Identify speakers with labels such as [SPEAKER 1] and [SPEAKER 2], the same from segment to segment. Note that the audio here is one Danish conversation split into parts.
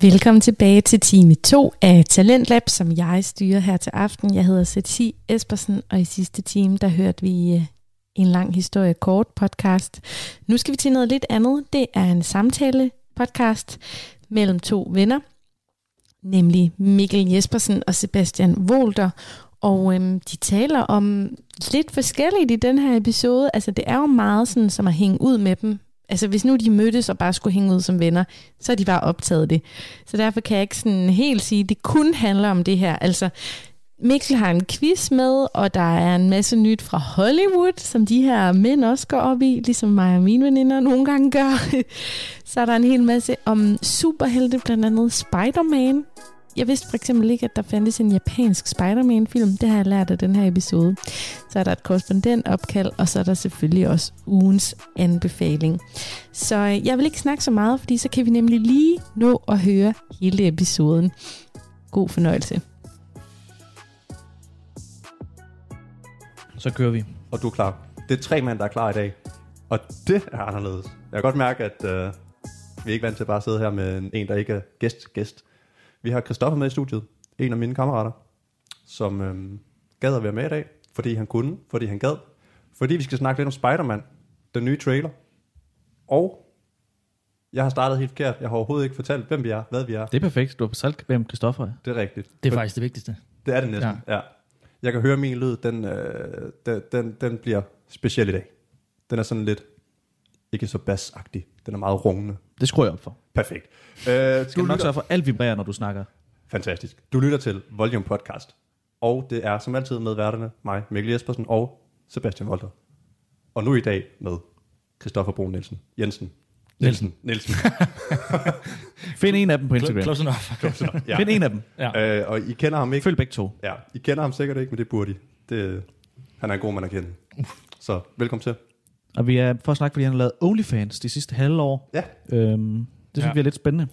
[SPEAKER 1] Velkommen tilbage til time 2 af Talentlab, som jeg styrer her til aften. Jeg hedder Sati Espersen, og i sidste time, der hørte vi øh, en lang historie kort podcast. Nu skal vi til noget lidt andet. Det er en samtale podcast mellem to venner, nemlig Mikkel Jespersen og Sebastian Volter. Og øhm, de taler om lidt forskelligt i den her episode. Altså det er jo meget sådan, som at hænge ud med dem. Altså hvis nu de mødtes og bare skulle hænge ud som venner, så er de bare optaget det. Så derfor kan jeg ikke sådan helt sige, at det kun handler om det her. Altså Mikkel har en quiz med, og der er en masse nyt fra Hollywood, som de her mænd også går op i, ligesom mig og mine veninder nogle gange gør. Så er der en hel masse om superhelte, blandt andet Spider-Man. Jeg vidste for eksempel ikke, at der fandtes en japansk Spider-Man-film. Det har jeg lært af den her episode. Så er der et korrespondentopkald, og så er der selvfølgelig også ugens anbefaling. Så øh, jeg vil ikke snakke så meget, fordi så kan vi nemlig lige nå at høre hele episoden. God fornøjelse.
[SPEAKER 2] Så kører vi.
[SPEAKER 3] og du er klar. Det er tre mænd, der er klar i dag, og det er anderledes. Jeg kan godt mærke, at øh, vi er ikke vant til bare at sidde her med en- en, der ikke er gæst, gæst. Vi har Christoffer med i studiet, en af mine kammerater, som øh, gad at være med i dag, fordi han kunne, fordi han gad, fordi vi skal snakke lidt om Spider-Man, den nye trailer, og jeg har startet helt forkert. Jeg har overhovedet ikke fortalt, hvem vi er, hvad vi er.
[SPEAKER 2] Det er perfekt. Du har fortalt, hvem Christoffer er.
[SPEAKER 3] Det er rigtigt.
[SPEAKER 4] Det er faktisk det vigtigste.
[SPEAKER 3] Det er det næsten, ja. ja. Jeg kan høre min lyd, den, øh, den, den, den bliver speciel i dag. Den er sådan lidt, ikke så bassagtig. Den er meget rungende.
[SPEAKER 2] Det skruer jeg op for.
[SPEAKER 3] Perfekt. Øh,
[SPEAKER 2] Skal
[SPEAKER 3] du
[SPEAKER 2] du nok
[SPEAKER 3] lytter,
[SPEAKER 2] sørge for, at alt vibrerer, når du snakker.
[SPEAKER 3] fantastisk. Du lytter til Volume Podcast. Og det er som altid med værterne, mig, Mikkel Jespersen og Sebastian Volter. Og nu i dag med Christoffer Brun Nielsen. Jensen. Nielsen. Nielsen.
[SPEAKER 2] Find en af dem på
[SPEAKER 4] Cl-
[SPEAKER 2] Instagram.
[SPEAKER 4] Close enough.
[SPEAKER 2] ja. Find en af dem.
[SPEAKER 4] Ja.
[SPEAKER 3] øh, og I kender ham ikke.
[SPEAKER 2] Følg begge to.
[SPEAKER 3] Ja, I kender ham sikkert ikke, men det burde I. Det, han er en god mand at kende. Så velkommen til.
[SPEAKER 2] Og vi er for at snakke, fordi han har lavet OnlyFans de sidste halve år.
[SPEAKER 3] Ja,
[SPEAKER 2] Øhm, det synes
[SPEAKER 4] Ja.
[SPEAKER 2] vi er lidt spændende.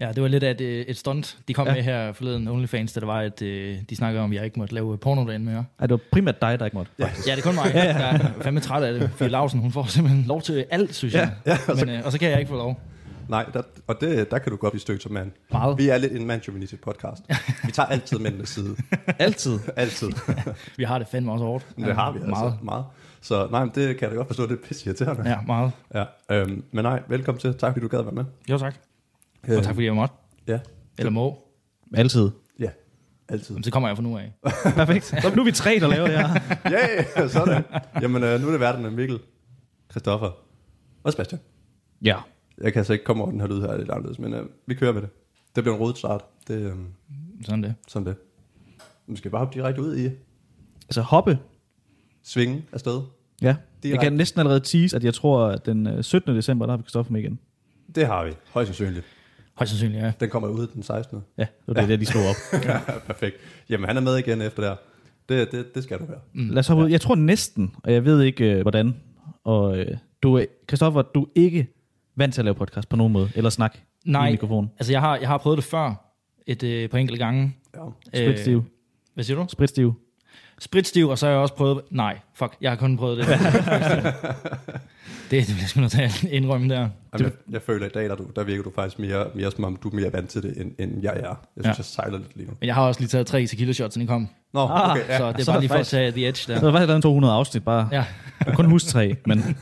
[SPEAKER 4] ja, det var lidt af et, øh, et stunt, de kom
[SPEAKER 2] Ja.
[SPEAKER 4] ja. med her forleden, OnlyFans, da der var, at øh, de snakkede om, at jeg ikke måtte lave porno derinde mere.
[SPEAKER 2] Ej, det var primært dig, der ikke måtte.
[SPEAKER 3] Ja.
[SPEAKER 4] Ja, det er kun mig. Jeg er fandme træt af det, fordi Lausen, hun får simpelthen lov til alt, synes
[SPEAKER 2] Ja,
[SPEAKER 4] jeg. Ja, og, så... Men, øh, og så kan jeg ikke få lov.
[SPEAKER 3] Nej, der, og det, der kan du godt blive stødt som mand.
[SPEAKER 4] Meget.
[SPEAKER 3] Vi er lidt en mandsjuvenistisk podcast. Vi tager altid mændenes side.
[SPEAKER 2] Altid.
[SPEAKER 3] Altid.
[SPEAKER 4] Vi har det fandme også hårdt.
[SPEAKER 3] Men det har vi altså.
[SPEAKER 4] Meget.
[SPEAKER 3] Meget. meget. Så nej, men det kan jeg da godt forstå, det er pisse irriterende.
[SPEAKER 4] Ja, meget.
[SPEAKER 3] ja øhm, men nej, velkommen til. Tak fordi du gad være med.
[SPEAKER 4] Jo, tak.
[SPEAKER 3] Øh,
[SPEAKER 4] Og tak fordi jeg måtte.
[SPEAKER 3] Ja,
[SPEAKER 4] Eller må.
[SPEAKER 2] Altid.
[SPEAKER 3] ja. Altid.
[SPEAKER 4] Jamen, så kommer jeg fra nu af.
[SPEAKER 2] Perfekt. Så nu er vi tre, der laver det her.
[SPEAKER 3] Ja, yeah, sådan. Jamen, øh, nu er det verden med Mikkel, Christoffer og Sebastian.
[SPEAKER 2] Ja.
[SPEAKER 3] Jeg kan altså ikke komme over den her lyd her, det er lidt anderledes, men øh, vi kører med det. Det bliver en rodet start. Det, øh,
[SPEAKER 4] Sådan det.
[SPEAKER 3] sådan det. Vi skal bare hoppe direkte ud i
[SPEAKER 2] Altså hoppe.
[SPEAKER 3] svinge afsted.
[SPEAKER 2] Ja. Jeg
[SPEAKER 3] Direkte.
[SPEAKER 2] kan næsten allerede tease, at jeg tror, at den øh, 17. december, der har vi Christoffer med igen.
[SPEAKER 3] Det har vi, højst sandsynligt.
[SPEAKER 4] Højst sandsynligt, ja.
[SPEAKER 3] Den kommer ud den 16.
[SPEAKER 2] Ja, det var det, der de slog op.
[SPEAKER 3] Ja, perfekt. Jamen, han er med igen efter der. Det, det, det skal du være.
[SPEAKER 4] Mm,
[SPEAKER 2] Lad os hoppe ud. Jeg tror næsten, og jeg ved ikke øh, hvordan. Og øh, du, er- Christoffer, du er ikke vant til at lave podcast på nogen måde, eller snak i
[SPEAKER 4] Nej,
[SPEAKER 2] en mikrofon.
[SPEAKER 4] altså jeg har, jeg har prøvet det før, et øh, par enkelte gange.
[SPEAKER 3] Ja.
[SPEAKER 4] Øh,
[SPEAKER 2] Spritstiv.
[SPEAKER 4] hvad siger du?
[SPEAKER 2] Spritstiv.
[SPEAKER 4] Spritstiv, og så har jeg også prøvet... Nej, fuck, jeg har kun prøvet det. det, det bliver jeg sgu nødt til at indrømme der.
[SPEAKER 3] Jamen, jeg, jeg føler, at i dag der, er du, der virker du faktisk mere, mere som om, du er mere vant til det, end, end jeg er. Jeg synes, ja.
[SPEAKER 4] Ja.
[SPEAKER 3] jeg sejler lidt lige nu.
[SPEAKER 4] Men jeg har også lige taget tre tequila shots, inden I kom.
[SPEAKER 3] Nå, okay.
[SPEAKER 4] Ja, så det er
[SPEAKER 2] Ah. så er
[SPEAKER 4] bare lige
[SPEAKER 2] det
[SPEAKER 4] for at
[SPEAKER 2] faktisk-
[SPEAKER 4] tage the edge
[SPEAKER 2] Så
[SPEAKER 4] der.
[SPEAKER 2] var faktisk lavet en 200 afsnit bare. Ja.
[SPEAKER 4] Ja,
[SPEAKER 2] Kun husk tre, men,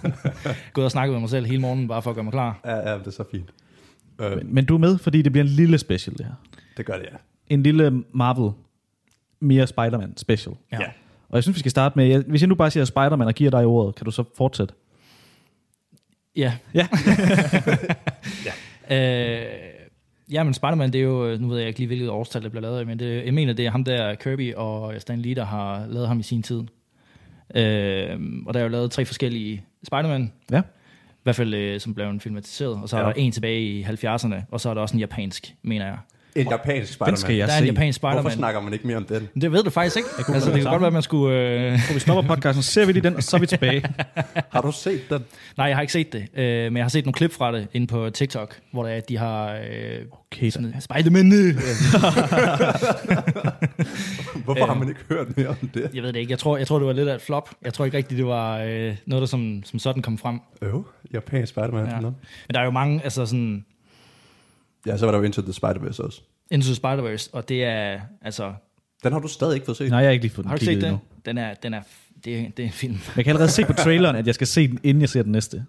[SPEAKER 4] gået og snakket med mig selv hele morgenen, bare for at gøre mig klar.
[SPEAKER 3] Ja, ja, ja, det er så fint. Øh,
[SPEAKER 2] men, men du er med, fordi det bliver en lille special det her.
[SPEAKER 3] det gør det, ja.
[SPEAKER 2] En lille Marvel, mere Spider-Man special.
[SPEAKER 4] Ja.
[SPEAKER 3] Ja.
[SPEAKER 2] Og jeg synes, vi skal starte med, jeg, hvis jeg nu bare siger Spider-Man og giver dig ordet, kan du så fortsætte?
[SPEAKER 4] Ja.
[SPEAKER 2] Ja.
[SPEAKER 4] øh, ja, men Spider-Man, det er jo... Nu ved jeg ikke lige, hvilket årstal det bliver lavet af, men det, jeg mener, det er ham der, Kirby og Stan Lee, der har lavet ham i sin tid. Øh, og der er jo lavet tre forskellige Spider-Man,
[SPEAKER 2] Ja.
[SPEAKER 4] I hvert fald, øh, som blev en filmatiseret. Og så er
[SPEAKER 3] Ja.
[SPEAKER 4] der en tilbage i 70'erne, og så er der også en japansk, mener jeg.
[SPEAKER 3] En japansk
[SPEAKER 2] Den
[SPEAKER 3] Spider-Man.
[SPEAKER 2] skal jeg
[SPEAKER 4] Der er en
[SPEAKER 2] se.
[SPEAKER 4] japansk
[SPEAKER 3] Hvorfor
[SPEAKER 4] Spider-Man.
[SPEAKER 3] snakker man ikke mere om den?
[SPEAKER 4] Men Det ved du faktisk ikke. Altså, det kan godt være, at man skulle... Øh...
[SPEAKER 2] Så vi stopper podcasten, så ser vi lige den, og så er vi tilbage.
[SPEAKER 3] Har du set den?
[SPEAKER 4] Nej, jeg har ikke set det. Øh, men jeg har set nogle klip fra det inde på TikTok, hvor der er, at de har... Øh...
[SPEAKER 2] Okay, så.
[SPEAKER 4] Sådan, Spider-Man! øh."
[SPEAKER 3] Hvorfor har man ikke hørt mere om det?
[SPEAKER 4] Jeg ved det ikke. Jeg tror, jeg tror, det var lidt af et flop. Jeg tror ikke rigtigt, det var øh, noget, der som, som sådan kom frem.
[SPEAKER 3] Øv, japansk Spider-Man.
[SPEAKER 4] Ja.
[SPEAKER 3] Ja.
[SPEAKER 4] Men der er jo mange, altså sådan...
[SPEAKER 3] Ja, så var der jo Into the Spider-Verse også.
[SPEAKER 4] Into the Spider-Verse, og det er, altså,
[SPEAKER 3] Den har du stadig ikke fået set.
[SPEAKER 2] Nej, jeg har ikke lige fået
[SPEAKER 4] har
[SPEAKER 2] den
[SPEAKER 4] du ikke set
[SPEAKER 2] kigget
[SPEAKER 4] den?
[SPEAKER 2] endnu.
[SPEAKER 4] Den er, den er, f- det er, det er en film.
[SPEAKER 2] Men Jeg kan allerede se på traileren, at jeg skal se den, inden jeg ser den næste.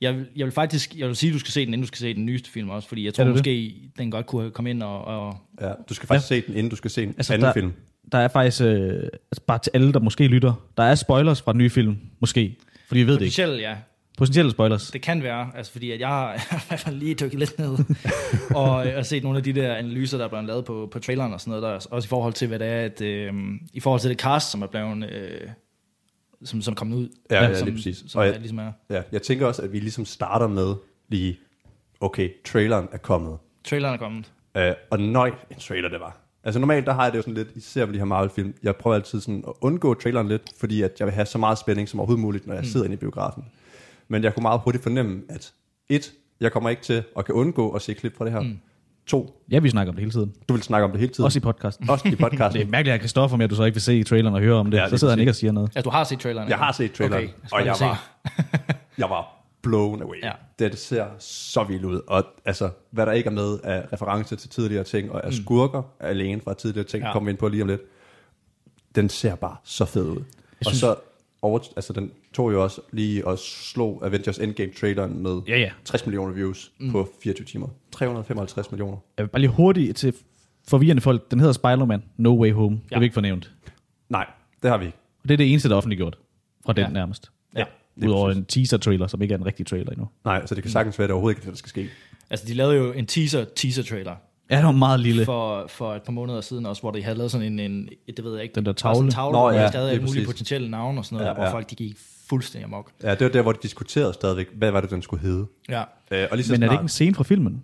[SPEAKER 4] Jeg, vil- jeg vil faktisk, jeg vil sige, at du skal se den, inden du skal se den nyeste film også, fordi jeg tror
[SPEAKER 2] det det?
[SPEAKER 4] måske, den godt kunne have kommet ind og, og
[SPEAKER 3] Ja, du skal faktisk se den, inden du skal se en
[SPEAKER 2] Altså,
[SPEAKER 3] altså, anden
[SPEAKER 2] der-
[SPEAKER 3] der... film.
[SPEAKER 2] Der er faktisk, øh, altså bare til alle, der måske lytter, der er spoilers fra den nye film, måske. Fordi vi ved det ikke.
[SPEAKER 4] potentielt, ja,
[SPEAKER 2] Potentielle spoilers.
[SPEAKER 4] Det kan være, altså fordi at jeg har i hvert fald lige dykket lidt ned og, øh, og set nogle af de der analyser, der er blevet lavet på, på traileren og sådan noget, der, er også i forhold til, hvad det er, at, øh, i forhold til det cast, som er blevet, øh, som, som er kommet ud.
[SPEAKER 3] Ja, ja,
[SPEAKER 4] som,
[SPEAKER 3] lige præcis.
[SPEAKER 4] Som
[SPEAKER 3] Og
[SPEAKER 4] er,
[SPEAKER 3] jeg-
[SPEAKER 4] ligesom er,
[SPEAKER 3] Ja, jeg tænker også, at vi ligesom starter med lige, okay, traileren er kommet.
[SPEAKER 4] traileren er kommet.
[SPEAKER 3] Øh, og nøj, en trailer det var. Altså normalt, der har jeg det jo sådan lidt, især med de her Marvel-film, jeg prøver altid sådan at undgå traileren lidt, fordi at jeg vil have så meget spænding som overhovedet muligt,
[SPEAKER 2] Mm.
[SPEAKER 3] når jeg sidder inde i biografen. Men jeg kunne meget hurtigt fornemme, at et, jeg kommer ikke til at kan undgå at se klip fra det her. Mm. To,
[SPEAKER 2] Ja, vi snakker om det hele tiden.
[SPEAKER 3] du vil snakke om det hele tiden.
[SPEAKER 2] Også i podcasten.
[SPEAKER 3] Også i
[SPEAKER 2] Det er
[SPEAKER 3] podcasten.
[SPEAKER 2] mærkeligt, at Christoffer med, at du så ikke vil se i traileren og høre om det.
[SPEAKER 3] Ja,
[SPEAKER 2] Ja,
[SPEAKER 3] det
[SPEAKER 2] så
[SPEAKER 3] er
[SPEAKER 2] sidder han
[SPEAKER 3] præcis.
[SPEAKER 2] ikke og siger noget.
[SPEAKER 4] Altså, du har set traileren?
[SPEAKER 3] jeg har set traileren,
[SPEAKER 4] Okay, så
[SPEAKER 3] og jeg
[SPEAKER 4] se.
[SPEAKER 3] var, jeg var blown away.
[SPEAKER 4] Ja.
[SPEAKER 3] Det, det ser så vildt ud. Og altså, hvad der ikke er med af referencer til tidligere ting, og af
[SPEAKER 2] Mm.
[SPEAKER 3] skurker alene fra tidligere ting,
[SPEAKER 4] Ja.
[SPEAKER 3] ja. kommer vi ind på lige om lidt. Den ser bare så fed ud. Jeg og så over, altså den tog jo også lige og slog Avengers Endgame-traileren med
[SPEAKER 2] Ja, ja.
[SPEAKER 3] 60 millioner views mm. på 24 timer. 355 millioner.
[SPEAKER 2] Jeg vil bare lige hurtigt til forvirrende folk. Den hedder Spider-Man No Way Home. Ja. Det
[SPEAKER 4] Ja.
[SPEAKER 2] er vi ikke fornævnt.
[SPEAKER 3] Nej, det har vi ikke.
[SPEAKER 2] Og det er det eneste, der er offentliggjort fra den
[SPEAKER 4] Ja.
[SPEAKER 2] nærmest.
[SPEAKER 4] Ja.
[SPEAKER 3] det er
[SPEAKER 2] Udover
[SPEAKER 3] præcis.
[SPEAKER 2] en teaser-trailer, som ikke er en rigtig trailer endnu.
[SPEAKER 3] Nej, så det
[SPEAKER 2] Mm.
[SPEAKER 3] kan sagtens være, at det overhovedet ikke er det, der skal ske.
[SPEAKER 4] Altså, de lavede jo en teaser, teaser-trailer
[SPEAKER 2] Ja, det var meget lille.
[SPEAKER 4] for, for et par måneder siden også, hvor de havde lavet sådan en, en det ved jeg ikke,
[SPEAKER 2] Den der
[SPEAKER 4] der var sådan en
[SPEAKER 2] tavle.
[SPEAKER 4] tavle
[SPEAKER 3] Nå,
[SPEAKER 4] Nå, hvor
[SPEAKER 3] ja,
[SPEAKER 4] ja, de havde
[SPEAKER 3] lige
[SPEAKER 4] alle mulige
[SPEAKER 3] præcis.
[SPEAKER 4] potentielle navne og sådan noget,
[SPEAKER 3] Ja,
[SPEAKER 4] ja, ja.
[SPEAKER 3] ja.
[SPEAKER 4] hvor folk de gik fuldstændig amok.
[SPEAKER 3] Ja, det var der, hvor de diskuterede stadigvæk, hvad var det, den skulle hedde.
[SPEAKER 4] Ja.
[SPEAKER 3] Øh, og lige så
[SPEAKER 2] Men er det
[SPEAKER 3] snart-
[SPEAKER 2] ikke en scene fra filmen?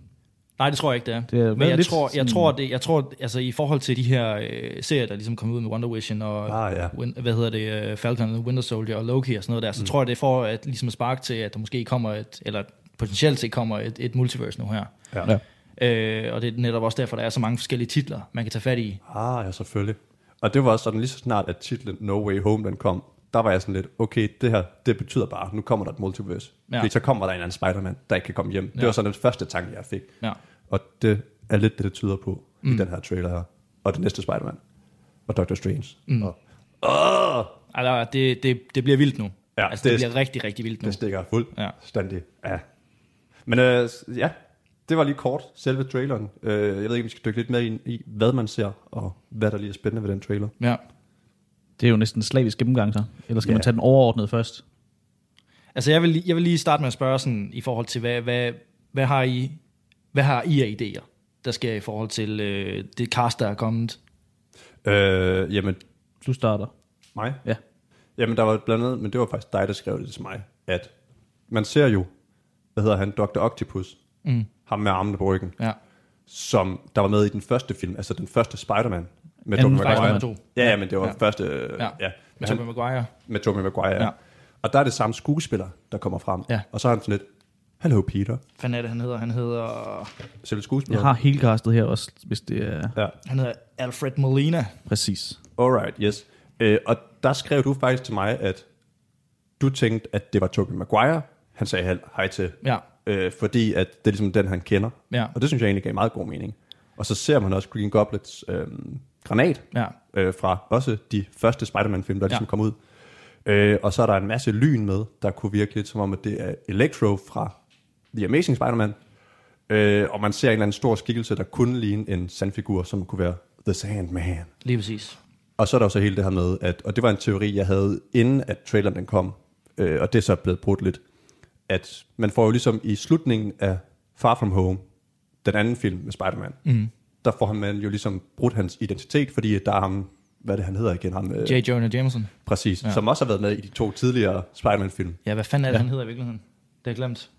[SPEAKER 4] Nej, det tror jeg ikke, det er.
[SPEAKER 2] Det har
[SPEAKER 4] Men
[SPEAKER 2] været
[SPEAKER 4] jeg
[SPEAKER 2] lidt
[SPEAKER 4] tror, jeg
[SPEAKER 2] sådan-
[SPEAKER 4] tror, det, jeg tror, altså i forhold til de her øh, serier, der ligesom kom ud med Wonder Vision og,
[SPEAKER 3] Ah, ja.
[SPEAKER 4] win, hvad hedder det, øh, Falcon and Winter Soldier og Loki og sådan noget der, så mm. tror jeg, det er for at ligesom sparke til, at der måske kommer et, eller potentielt set kommer et, et multiverse nu her.
[SPEAKER 3] Ja.
[SPEAKER 2] Ja.
[SPEAKER 4] Øh, og det er netop også derfor, der er så mange forskellige titler, man kan tage fat i.
[SPEAKER 3] Ah, ja, selvfølgelig. Og det var også sådan, lige så snart, at titlen No Way Home, den kom, der var jeg sådan lidt, okay, det her, det betyder bare, nu kommer der et multiverse.
[SPEAKER 4] Ja.
[SPEAKER 3] Ja. Fordi så kommer der en eller anden Spider-Man, der ikke kan komme hjem. Ja.
[SPEAKER 4] Ja.
[SPEAKER 3] Det var sådan den første tanke, jeg fik.
[SPEAKER 4] Ja.
[SPEAKER 3] Og det er lidt det, det tyder på mm. i den her trailer her. Og den næste Spider-Man. Og Doctor Strange. Mm. Og, åh,
[SPEAKER 4] Altså, det, det, det bliver vildt nu.
[SPEAKER 3] Ja,
[SPEAKER 4] altså, det, det
[SPEAKER 3] det-
[SPEAKER 4] bliver rigtig, rigtig vildt nu.
[SPEAKER 3] det stikker
[SPEAKER 4] Ja.
[SPEAKER 3] fuldstændig ja. af. Men øh, ja, det var lige kort, selve traileren. Øh, jeg ved ikke, om vi skal dykke lidt mere ind i, hvad man ser, og hvad der lige er spændende ved den trailer.
[SPEAKER 4] Ja.
[SPEAKER 2] Det er jo næsten en slavisk gennemgang, så. Eller skal
[SPEAKER 3] Ja.
[SPEAKER 2] man tage den overordnet først?
[SPEAKER 4] Altså, jeg vil, lige- jeg vil lige starte med at spørge sådan, i forhold til, hvad, hvad, hvad, har I, hvad har I af idéer, der sker i forhold til øh, det cast, der er kommet?
[SPEAKER 3] Øh, jamen,
[SPEAKER 2] Du starter.
[SPEAKER 3] mig?
[SPEAKER 2] Ja.
[SPEAKER 3] Jamen, der var blandt andet, men det var faktisk dig, der skrev det til mig, at man ser jo, hvad hedder han, Dr. Octopus, mm. ham med armene på ryggen,
[SPEAKER 4] Ja.
[SPEAKER 3] som der var med i den første film, altså den første Spider-Man. Med
[SPEAKER 2] Anden
[SPEAKER 3] Tobey Maguire.
[SPEAKER 4] Spider-Man to.
[SPEAKER 3] Ja, ja, men det var ja. første,
[SPEAKER 4] Ja.
[SPEAKER 3] ja. ja.
[SPEAKER 4] Med
[SPEAKER 3] Med,
[SPEAKER 4] Tobey
[SPEAKER 3] han,
[SPEAKER 4] Maguire.
[SPEAKER 3] med Tobey Maguire,
[SPEAKER 4] Ja.
[SPEAKER 3] ja. Og der er det samme skuespiller, der kommer frem.
[SPEAKER 4] Ja.
[SPEAKER 3] Og så er han sådan lidt, Hello Peter,
[SPEAKER 4] Hvad er det, han hedder? Han hedder,
[SPEAKER 3] selv
[SPEAKER 2] Jeg
[SPEAKER 3] skuespiller.
[SPEAKER 2] har hele castet her også, hvis det er
[SPEAKER 3] Ja.
[SPEAKER 4] han hedder Alfred Molina.
[SPEAKER 2] præcis.
[SPEAKER 3] Alright, yes. Øh, og der skrev du faktisk til mig, at du tænkte, at det var Tobey Maguire, han sagde hel- hej til.
[SPEAKER 4] Ja.
[SPEAKER 3] Øh, fordi at det er ligesom den, han kender.
[SPEAKER 4] Ja.
[SPEAKER 3] Og det synes jeg egentlig gav meget god mening. Og så ser man også Green Goblets øh, granat
[SPEAKER 4] Ja.
[SPEAKER 3] øh, fra også de første Spider-Man-film, der ligesom
[SPEAKER 4] Ja.
[SPEAKER 3] ja. kom ud. Øh, og så er der en masse lyn med, der kunne virke lidt som om, at det er Electro fra The Amazing Spider-Man. Øh, og man ser en eller anden stor skikkelse, der kunne ligne en sandfigur, som kunne være The Sandman.
[SPEAKER 4] Lige præcis.
[SPEAKER 3] Og så er der jo så hele det her med, at, og det var en teori, jeg havde, inden at traileren den kom, øh, og det er så blevet brudt lidt, at man får jo ligesom i slutningen af Far From Home, den anden film med Spider-Man, mm. der får han man jo ligesom brudt hans identitet, fordi at der er ham, hvad er det han hedder igen, ham, øh,
[SPEAKER 4] J. Jonah Jameson.
[SPEAKER 3] præcis, ja. som også har været med i de to tidligere Spider-Man-film.
[SPEAKER 4] Ja, hvad fanden er det, ja. han hedder i virkeligheden? Det har jeg glemt.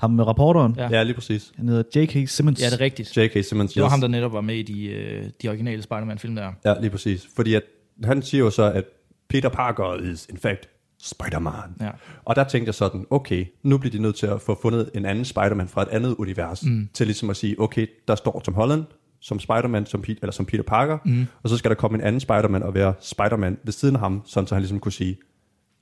[SPEAKER 2] Ham med rapporteren.
[SPEAKER 4] Ja.
[SPEAKER 2] Ja.
[SPEAKER 3] Ja, ja lige præcis.
[SPEAKER 2] Han hedder J.K. Simmons.
[SPEAKER 4] Ja, det er rigtigt.
[SPEAKER 3] J.K. Simmons.
[SPEAKER 4] Det var
[SPEAKER 3] yes.
[SPEAKER 4] ham, der netop var med i de, øh, de originale Spider-Man-film der.
[SPEAKER 3] Ja, lige præcis. Fordi at, han siger jo så, at Peter Parker is in fact Spider-Man.
[SPEAKER 4] Ja.
[SPEAKER 3] Og der tænkte jeg sådan, okay, nu bliver de nødt til at få fundet en anden Spider-Man fra et andet univers, mm. til ligesom at sige, okay, der står Tom Holland som Spider-Man, som, Pete, eller som Peter Parker, mm. og så skal der komme en anden Spider-Man og være Spider-Man ved siden af ham, sådan så han ligesom kunne sige,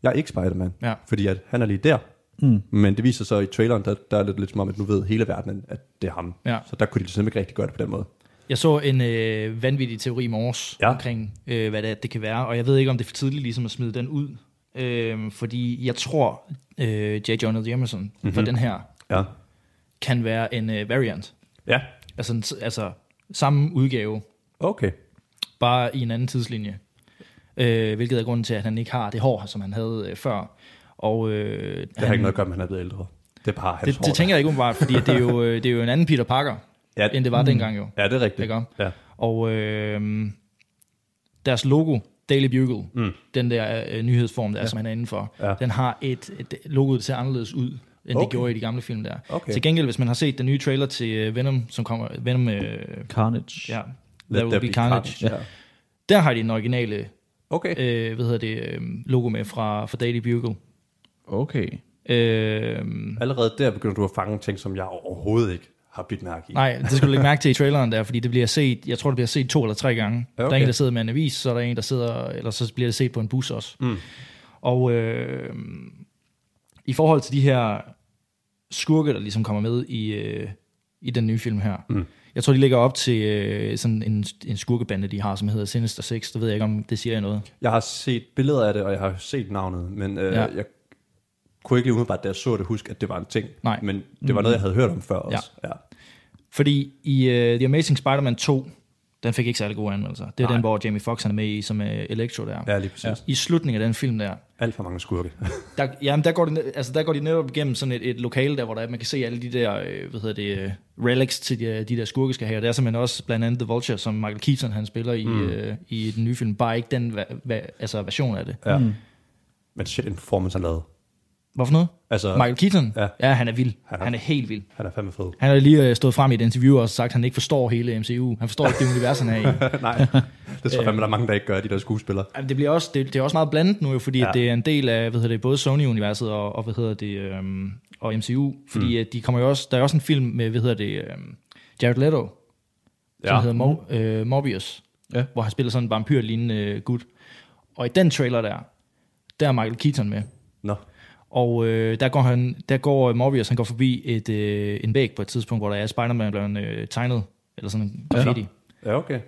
[SPEAKER 3] jeg er ikke Spider-Man,
[SPEAKER 4] Ja.
[SPEAKER 3] fordi at han er lige der,
[SPEAKER 2] Mm.
[SPEAKER 3] Men det viser sig så i traileren, der, der er det lidt som om, at nu ved hele verden, at det er ham.
[SPEAKER 4] Ja.
[SPEAKER 3] Så der kunne de ligesom ikke rigtig gøre det på den måde.
[SPEAKER 4] Jeg så en øh, vanvittig teori i morges
[SPEAKER 3] Ja.
[SPEAKER 4] ja. omkring, øh, hvad det, er, det kan være, og jeg ved ikke, om det er for tidligt ligesom at smide den ud, øh, fordi jeg tror, øh, J. Jonah Jameson mm-hmm.
[SPEAKER 3] Mhm.
[SPEAKER 4] for den her
[SPEAKER 3] Ja.
[SPEAKER 4] kan være en øh, variant.
[SPEAKER 3] Ja.
[SPEAKER 4] Altså, en, s- altså samme udgave,
[SPEAKER 3] Okay.
[SPEAKER 4] bare i en anden tidslinje. Øh, hvilket er grunden til, at han ikke har det hår, som han havde øh, før. Og, øh,
[SPEAKER 3] Det har ikke noget at gøre med, at han er blevet ældre. Det er bare hans
[SPEAKER 4] det,
[SPEAKER 3] hår,
[SPEAKER 4] det tænker jeg ikke umiddelbart, fordi det er, jo, øh, det er jo en anden Peter Parker,
[SPEAKER 3] der- ja,
[SPEAKER 4] end det var dengang jo.
[SPEAKER 3] ja, det er rigtigt.
[SPEAKER 4] Ikke om?
[SPEAKER 3] Ja.
[SPEAKER 4] Og øh, deres logo, Daily Bugle, mm. den der øh, nyhedsform, der ja. som han er indenfor,
[SPEAKER 3] Ja.
[SPEAKER 4] ja. den har et, et logo, der ser anderledes ud, end okay.
[SPEAKER 3] Okay.
[SPEAKER 4] det gjorde i de gamle film der.
[SPEAKER 3] Okay.
[SPEAKER 4] Til gengæld, hvis man har set den nye trailer til øh, Venom, som kommer, Venom, øh,
[SPEAKER 2] Carnage.
[SPEAKER 4] ja,
[SPEAKER 3] Let
[SPEAKER 4] There Will Be Carnage,
[SPEAKER 3] Ja.
[SPEAKER 4] der har de den originale
[SPEAKER 3] Okay.
[SPEAKER 4] øh, hvad hedder det, øh, logo med fra, fra Daily Bugle.
[SPEAKER 2] Okay.
[SPEAKER 4] Øh,
[SPEAKER 3] Allerede der begynder du at fange ting, som jeg overhovedet ikke har bidt mærke i.
[SPEAKER 4] nej, det skal du lægge mærke til i traileren der, fordi det bliver set, jeg tror det bliver set to eller tre gange.
[SPEAKER 3] Ja,
[SPEAKER 4] Okay. Der er en, der sidder med en avis, så er der en, der sidder, eller så bliver det set på en bus også.
[SPEAKER 3] Mm.
[SPEAKER 4] Og øh, i forhold til de her skurke, der ligesom kommer med i, øh, i den nye film her,
[SPEAKER 3] Mm.
[SPEAKER 4] jeg tror, de ligger op til øh, sådan en, en skurkebande, de har, som hedder Sinister Six. Det ved jeg ikke, om det siger jeg noget.
[SPEAKER 3] Jeg har set billeder af det, og jeg har set navnet, men øh, ja.
[SPEAKER 4] Ja.
[SPEAKER 3] jeg kunne ikke lige umiddelbart, da jeg så det, huske, at det var en ting.
[SPEAKER 4] Nej.
[SPEAKER 3] Men det var noget, jeg havde hørt om før også. Ja. ja.
[SPEAKER 4] Fordi i uh, The Amazing Spider-Man 2, den fik ikke særlig gode anmeldelser. Det er Nej. den, hvor Jamie Foxx han er med i, som uh, Electro der.
[SPEAKER 3] Ja, lige præcis. Ja.
[SPEAKER 4] I slutningen af den film der,
[SPEAKER 3] Alt for mange skurke.
[SPEAKER 4] der, jamen, der, går de, ned- altså, der går de netop igennem sådan et, et lokale, der, hvor der, er- man kan se alle de der, øh, hvad hedder det, øh, relics til de, de der skurke skal have. Og der er simpelthen også blandt andet The Vulture, som Michael Keaton han spiller i, mm. øh, i den nye film. Bare ikke den va, va, altså, version af det.
[SPEAKER 3] ja. mm. Men shit, en performance han lavede.
[SPEAKER 4] Hvorfor noget?
[SPEAKER 3] Altså,
[SPEAKER 4] Michael Keaton?
[SPEAKER 3] Ja.
[SPEAKER 4] ja han er vild.
[SPEAKER 3] Han er-
[SPEAKER 4] Han er helt vild.
[SPEAKER 3] han er fandme fed.
[SPEAKER 4] Han har lige øh, stået frem i et interview og sagt, at han ikke forstår hele MCU. Han forstår ikke det univers, han er i.
[SPEAKER 3] Nej, det
[SPEAKER 4] Øh.
[SPEAKER 3] tror jeg fandme, der er mange, der ikke gør, de der skuespillere.
[SPEAKER 4] Jamen, det, bliver også, det, det er også meget blandet nu, jo, fordi
[SPEAKER 3] Ja.
[SPEAKER 4] ja. det er en del af hvad hedder det, både Sony-universet og, og, hvad hedder det, øhm, og MCU. Fordi mm. at de kommer jo også, der er også en film med hvad hedder det, øhm, Jared Leto, ja. som hedder Mo- øh, Morbius,
[SPEAKER 2] Ja.
[SPEAKER 4] ja. hvor han spiller sådan en vampyrlignende øh, gut. Og i den trailer der, der er Michael Keaton med.
[SPEAKER 3] Nå,
[SPEAKER 4] Og øh, der, går han, der går Morbius, han går forbi et, øh, en væg på et tidspunkt, hvor der er Spider-Man blevet øh, tegnet, eller sådan en graffiti. Ja.
[SPEAKER 3] ja okay.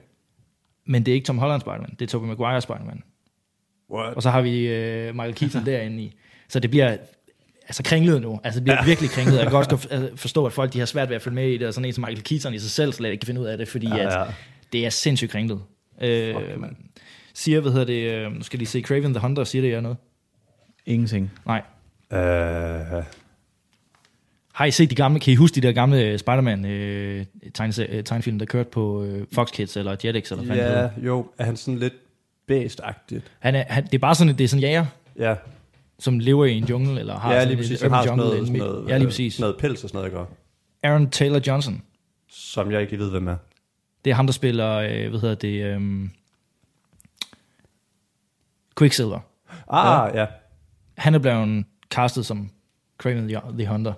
[SPEAKER 4] Men det er ikke Tom Holland Spider-Man, det er Tobey Maguire Spider-Man.
[SPEAKER 3] What?
[SPEAKER 4] Og så har vi øh, Michael Keaton derinde i. Så det bliver altså kringlet nu. Altså det bliver ja. virkelig kringlet. Jeg kan godt godt, øh, forstå, at folk de har svært ved at følge med i det, og sådan en som Michael Keaton i sig selv slet ikke kan finde ud af det, fordi ja, ja.
[SPEAKER 3] ja.
[SPEAKER 4] At det er sindssygt kringlet. Øh,
[SPEAKER 3] Fuck, mand.
[SPEAKER 4] siger, hvad hedder det, øh, nu skal jeg lige se, Craven the Hunter, siger det jer noget?
[SPEAKER 2] Ingenting.
[SPEAKER 4] Nej.
[SPEAKER 3] Øh,
[SPEAKER 4] Har I set de gamle, kan I huske de der gamle øh, Spider-Man øh, tegne, øh, tegnefilm, der kørte på øh, Fox Kids eller Jetix eller hvad fanden
[SPEAKER 3] ja,
[SPEAKER 4] det hedder?
[SPEAKER 3] jo, er han sådan lidt bæstagtigt?
[SPEAKER 4] han er, han, det er bare sådan, at det er sådan en jæger,
[SPEAKER 3] Ja,
[SPEAKER 4] som lever i en jungle, eller har
[SPEAKER 3] ja
[SPEAKER 4] sådan
[SPEAKER 3] lige
[SPEAKER 4] et
[SPEAKER 3] præcis. Han
[SPEAKER 4] urban
[SPEAKER 3] har sådan
[SPEAKER 4] jungle
[SPEAKER 3] noget,
[SPEAKER 4] inde
[SPEAKER 3] sådan
[SPEAKER 4] i-
[SPEAKER 3] noget,
[SPEAKER 4] ja, lige
[SPEAKER 3] øh,
[SPEAKER 4] præcis.
[SPEAKER 3] noget pels og sådan noget, jeg gør.
[SPEAKER 4] Aaron Taylor Johnson,
[SPEAKER 3] Som jeg ikke lige ved, hvem er.
[SPEAKER 4] Det er ham, der spiller, øh, hvad hedder det, øhm, Quicksilver.
[SPEAKER 3] Ah, ja. ja.
[SPEAKER 4] Han er blevet castet som Craven the, the Hunter.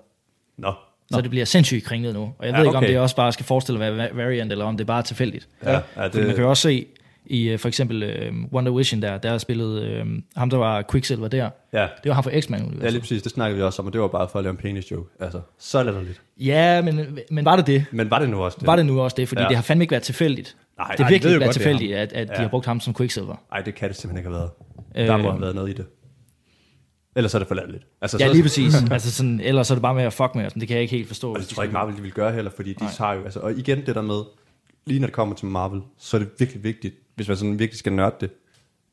[SPEAKER 3] Nå,
[SPEAKER 4] Så det bliver sindssygt kringlet nu. Og jeg
[SPEAKER 3] Ja,
[SPEAKER 4] ved ikke, om
[SPEAKER 3] okay.
[SPEAKER 4] det også bare skal forestille at være va- variant, eller om det bare er tilfældigt.
[SPEAKER 3] ja, ja
[SPEAKER 4] Det... Man
[SPEAKER 3] det,
[SPEAKER 4] kan jo også se i øh, for eksempel øh, Wonder Vision der, der spillede øh, ham, der var Quicksilver der.
[SPEAKER 3] ja.
[SPEAKER 4] Det var ham fra
[SPEAKER 3] Ja, lige
[SPEAKER 4] X-Men-universet.
[SPEAKER 3] præcis. Det snakkede vi også om, og det var bare for at lave en penis joke. Altså, så latterligt.
[SPEAKER 4] Ja, men, men var det det?
[SPEAKER 3] Men var det nu også det?
[SPEAKER 4] Var det nu også det? Fordi
[SPEAKER 3] Ja.
[SPEAKER 4] ja. det har fandme ikke været tilfældigt.
[SPEAKER 3] Nej,
[SPEAKER 4] det
[SPEAKER 3] nej, det
[SPEAKER 4] har
[SPEAKER 3] ved
[SPEAKER 4] virkelig
[SPEAKER 3] jeg
[SPEAKER 4] ikke været
[SPEAKER 3] godt, det er ham.
[SPEAKER 4] tilfældigt, at, at de
[SPEAKER 3] Ja.
[SPEAKER 4] har brugt ham som Quicksilver.
[SPEAKER 3] Ej, det kan det simpelthen ikke have været. Der må
[SPEAKER 4] Øh,
[SPEAKER 3] have været noget i det. Ellers er det for latterligt. Altså,
[SPEAKER 4] Ja,
[SPEAKER 3] så,
[SPEAKER 4] lige præcis. altså sådan, ellers er det bare med at fuck med os, men det kan jeg ikke helt forstå.
[SPEAKER 3] Og
[SPEAKER 4] hvis
[SPEAKER 3] det
[SPEAKER 4] Altså, de
[SPEAKER 3] tror jeg ikke
[SPEAKER 4] skulle-
[SPEAKER 3] Marvel de vil gøre heller, fordi de tager jo... Altså, og igen det der med, lige når det kommer til Marvel, så er det virkelig vigtigt, hvis man sådan virkelig skal nørde det,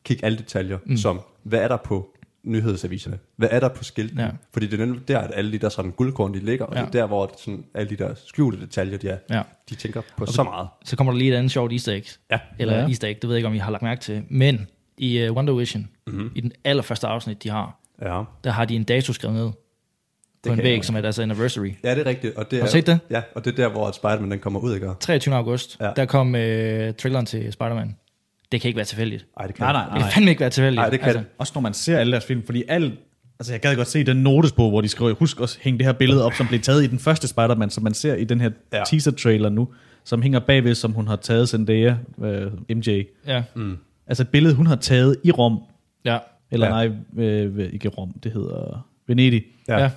[SPEAKER 3] kig alle detaljer, mm. som hvad er der på nyhedsaviserne? Hvad er der på skiltene? Ja.
[SPEAKER 4] Ja.
[SPEAKER 3] Fordi det er nemlig der, at alle de der sådan guldkorn, de ligger, og ja.
[SPEAKER 4] Ja.
[SPEAKER 3] det er der, hvor det sådan, alle de der skjulte detaljer, de, er,
[SPEAKER 4] Ja.
[SPEAKER 3] de tænker på så meget.
[SPEAKER 4] Så kommer der lige et andet sjovt easter egg.
[SPEAKER 3] Ja.
[SPEAKER 4] Eller
[SPEAKER 2] Ja.
[SPEAKER 4] ja. easter egg, det ved jeg ikke, om I har lagt mærke til. Men i uh, Wonder Vision,
[SPEAKER 3] Mhm.
[SPEAKER 4] mm-hmm. i den allerførste afsnit, de har,
[SPEAKER 3] Ja.
[SPEAKER 4] der har de en dato skrevet ned på
[SPEAKER 3] kan
[SPEAKER 4] en
[SPEAKER 3] jeg
[SPEAKER 4] væg,
[SPEAKER 3] godt.
[SPEAKER 4] som er deres anniversary.
[SPEAKER 3] Ja, det er rigtigt. Og det er,
[SPEAKER 4] Har du set det?
[SPEAKER 3] Ja, og det er der, hvor at Spider-Man den kommer ud, ikke?
[SPEAKER 4] 23. august,
[SPEAKER 3] Ja.
[SPEAKER 4] ja. der kom uh, traileren til Spider-Man. Det kan ikke være tilfældigt.
[SPEAKER 3] Ej, det kan
[SPEAKER 2] Nej,
[SPEAKER 3] jeg
[SPEAKER 2] nej,
[SPEAKER 3] ikke.
[SPEAKER 4] Det
[SPEAKER 2] nej.
[SPEAKER 4] kan fandme ikke være tilfældigt.
[SPEAKER 3] Nej, det kan altså, det.
[SPEAKER 2] Også når man ser alle deres film, fordi alt... Altså, jeg gad godt se den notesbog, hvor de skriver, husk også hænge det her billede op, som blev taget i den første Spider-Man, som man ser i den her
[SPEAKER 3] Ja.
[SPEAKER 2] ja. teaser-trailer nu, som hænger bagved, som hun har taget Zendaya, øh, MJ.
[SPEAKER 4] Ja. Mm.
[SPEAKER 2] Altså et billede, hun har taget i Rom,
[SPEAKER 4] Ja.
[SPEAKER 2] eller
[SPEAKER 3] Ja.
[SPEAKER 2] ja. nej, øh, ikke Rom, det hedder Venedig.
[SPEAKER 3] Ja.
[SPEAKER 4] ja.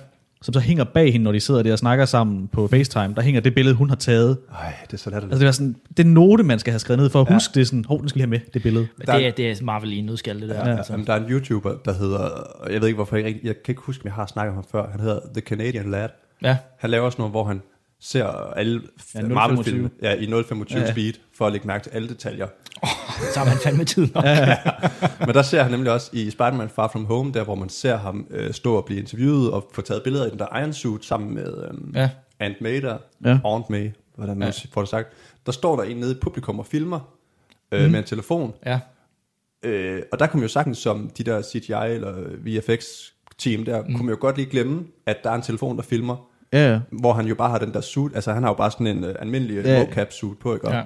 [SPEAKER 2] som så hænger bag hende, når de sidder der og snakker sammen på FaceTime, der hænger det billede, hun har taget.
[SPEAKER 3] Ej, det er så latterligt.
[SPEAKER 2] Altså det var sådan, det er en note, man skal have skrevet ned for at ja. huske det er sådan, hov, den skal lige have med, det billede.
[SPEAKER 4] Men
[SPEAKER 3] Der-
[SPEAKER 4] det, er, det er Marvel i en nødskal, det der. Ja, altså.
[SPEAKER 3] Jamen, der er en YouTuber, der hedder, og jeg ved ikke hvorfor, jeg, ikke, rigtig- jeg kan ikke huske, om jeg har snakket om ham før, han hedder The Canadian Lad.
[SPEAKER 4] ja.
[SPEAKER 3] Han laver sådan noget, hvor han ser alle
[SPEAKER 2] Ja,
[SPEAKER 3] ja,
[SPEAKER 2] 0,25.
[SPEAKER 3] Marvel-film ja, i 0,25
[SPEAKER 2] Ja, ja.
[SPEAKER 3] ja. speed, for at lægge mærke til alle detaljer.
[SPEAKER 4] Så har man fandme tid nok.
[SPEAKER 3] Men der ser han nemlig også i Spider-Man Far From Home, der hvor man ser ham øh, stå og blive interviewet og få taget billeder i den der Iron Suit sammen med øhm,
[SPEAKER 4] Ja.
[SPEAKER 3] Aunt May der.
[SPEAKER 2] Ja.
[SPEAKER 3] Aunt May, hvordan man ja. får det sagt. Der står der en nede i publikum og filmer
[SPEAKER 2] Mhm.
[SPEAKER 3] øh, mm. med en telefon.
[SPEAKER 4] Ja.
[SPEAKER 3] Øh, og der kunne man jo sagtens som de der CGI eller VFX team der, mm. kunne man jo godt lige glemme, at der er en telefon, der filmer,
[SPEAKER 2] Ja, ja.
[SPEAKER 3] hvor han jo bare har den der suit, altså han har jo bare sådan en uh, almindelig
[SPEAKER 2] Ja.
[SPEAKER 3] yeah. mocap suit på, ikke? Og-
[SPEAKER 4] Ja.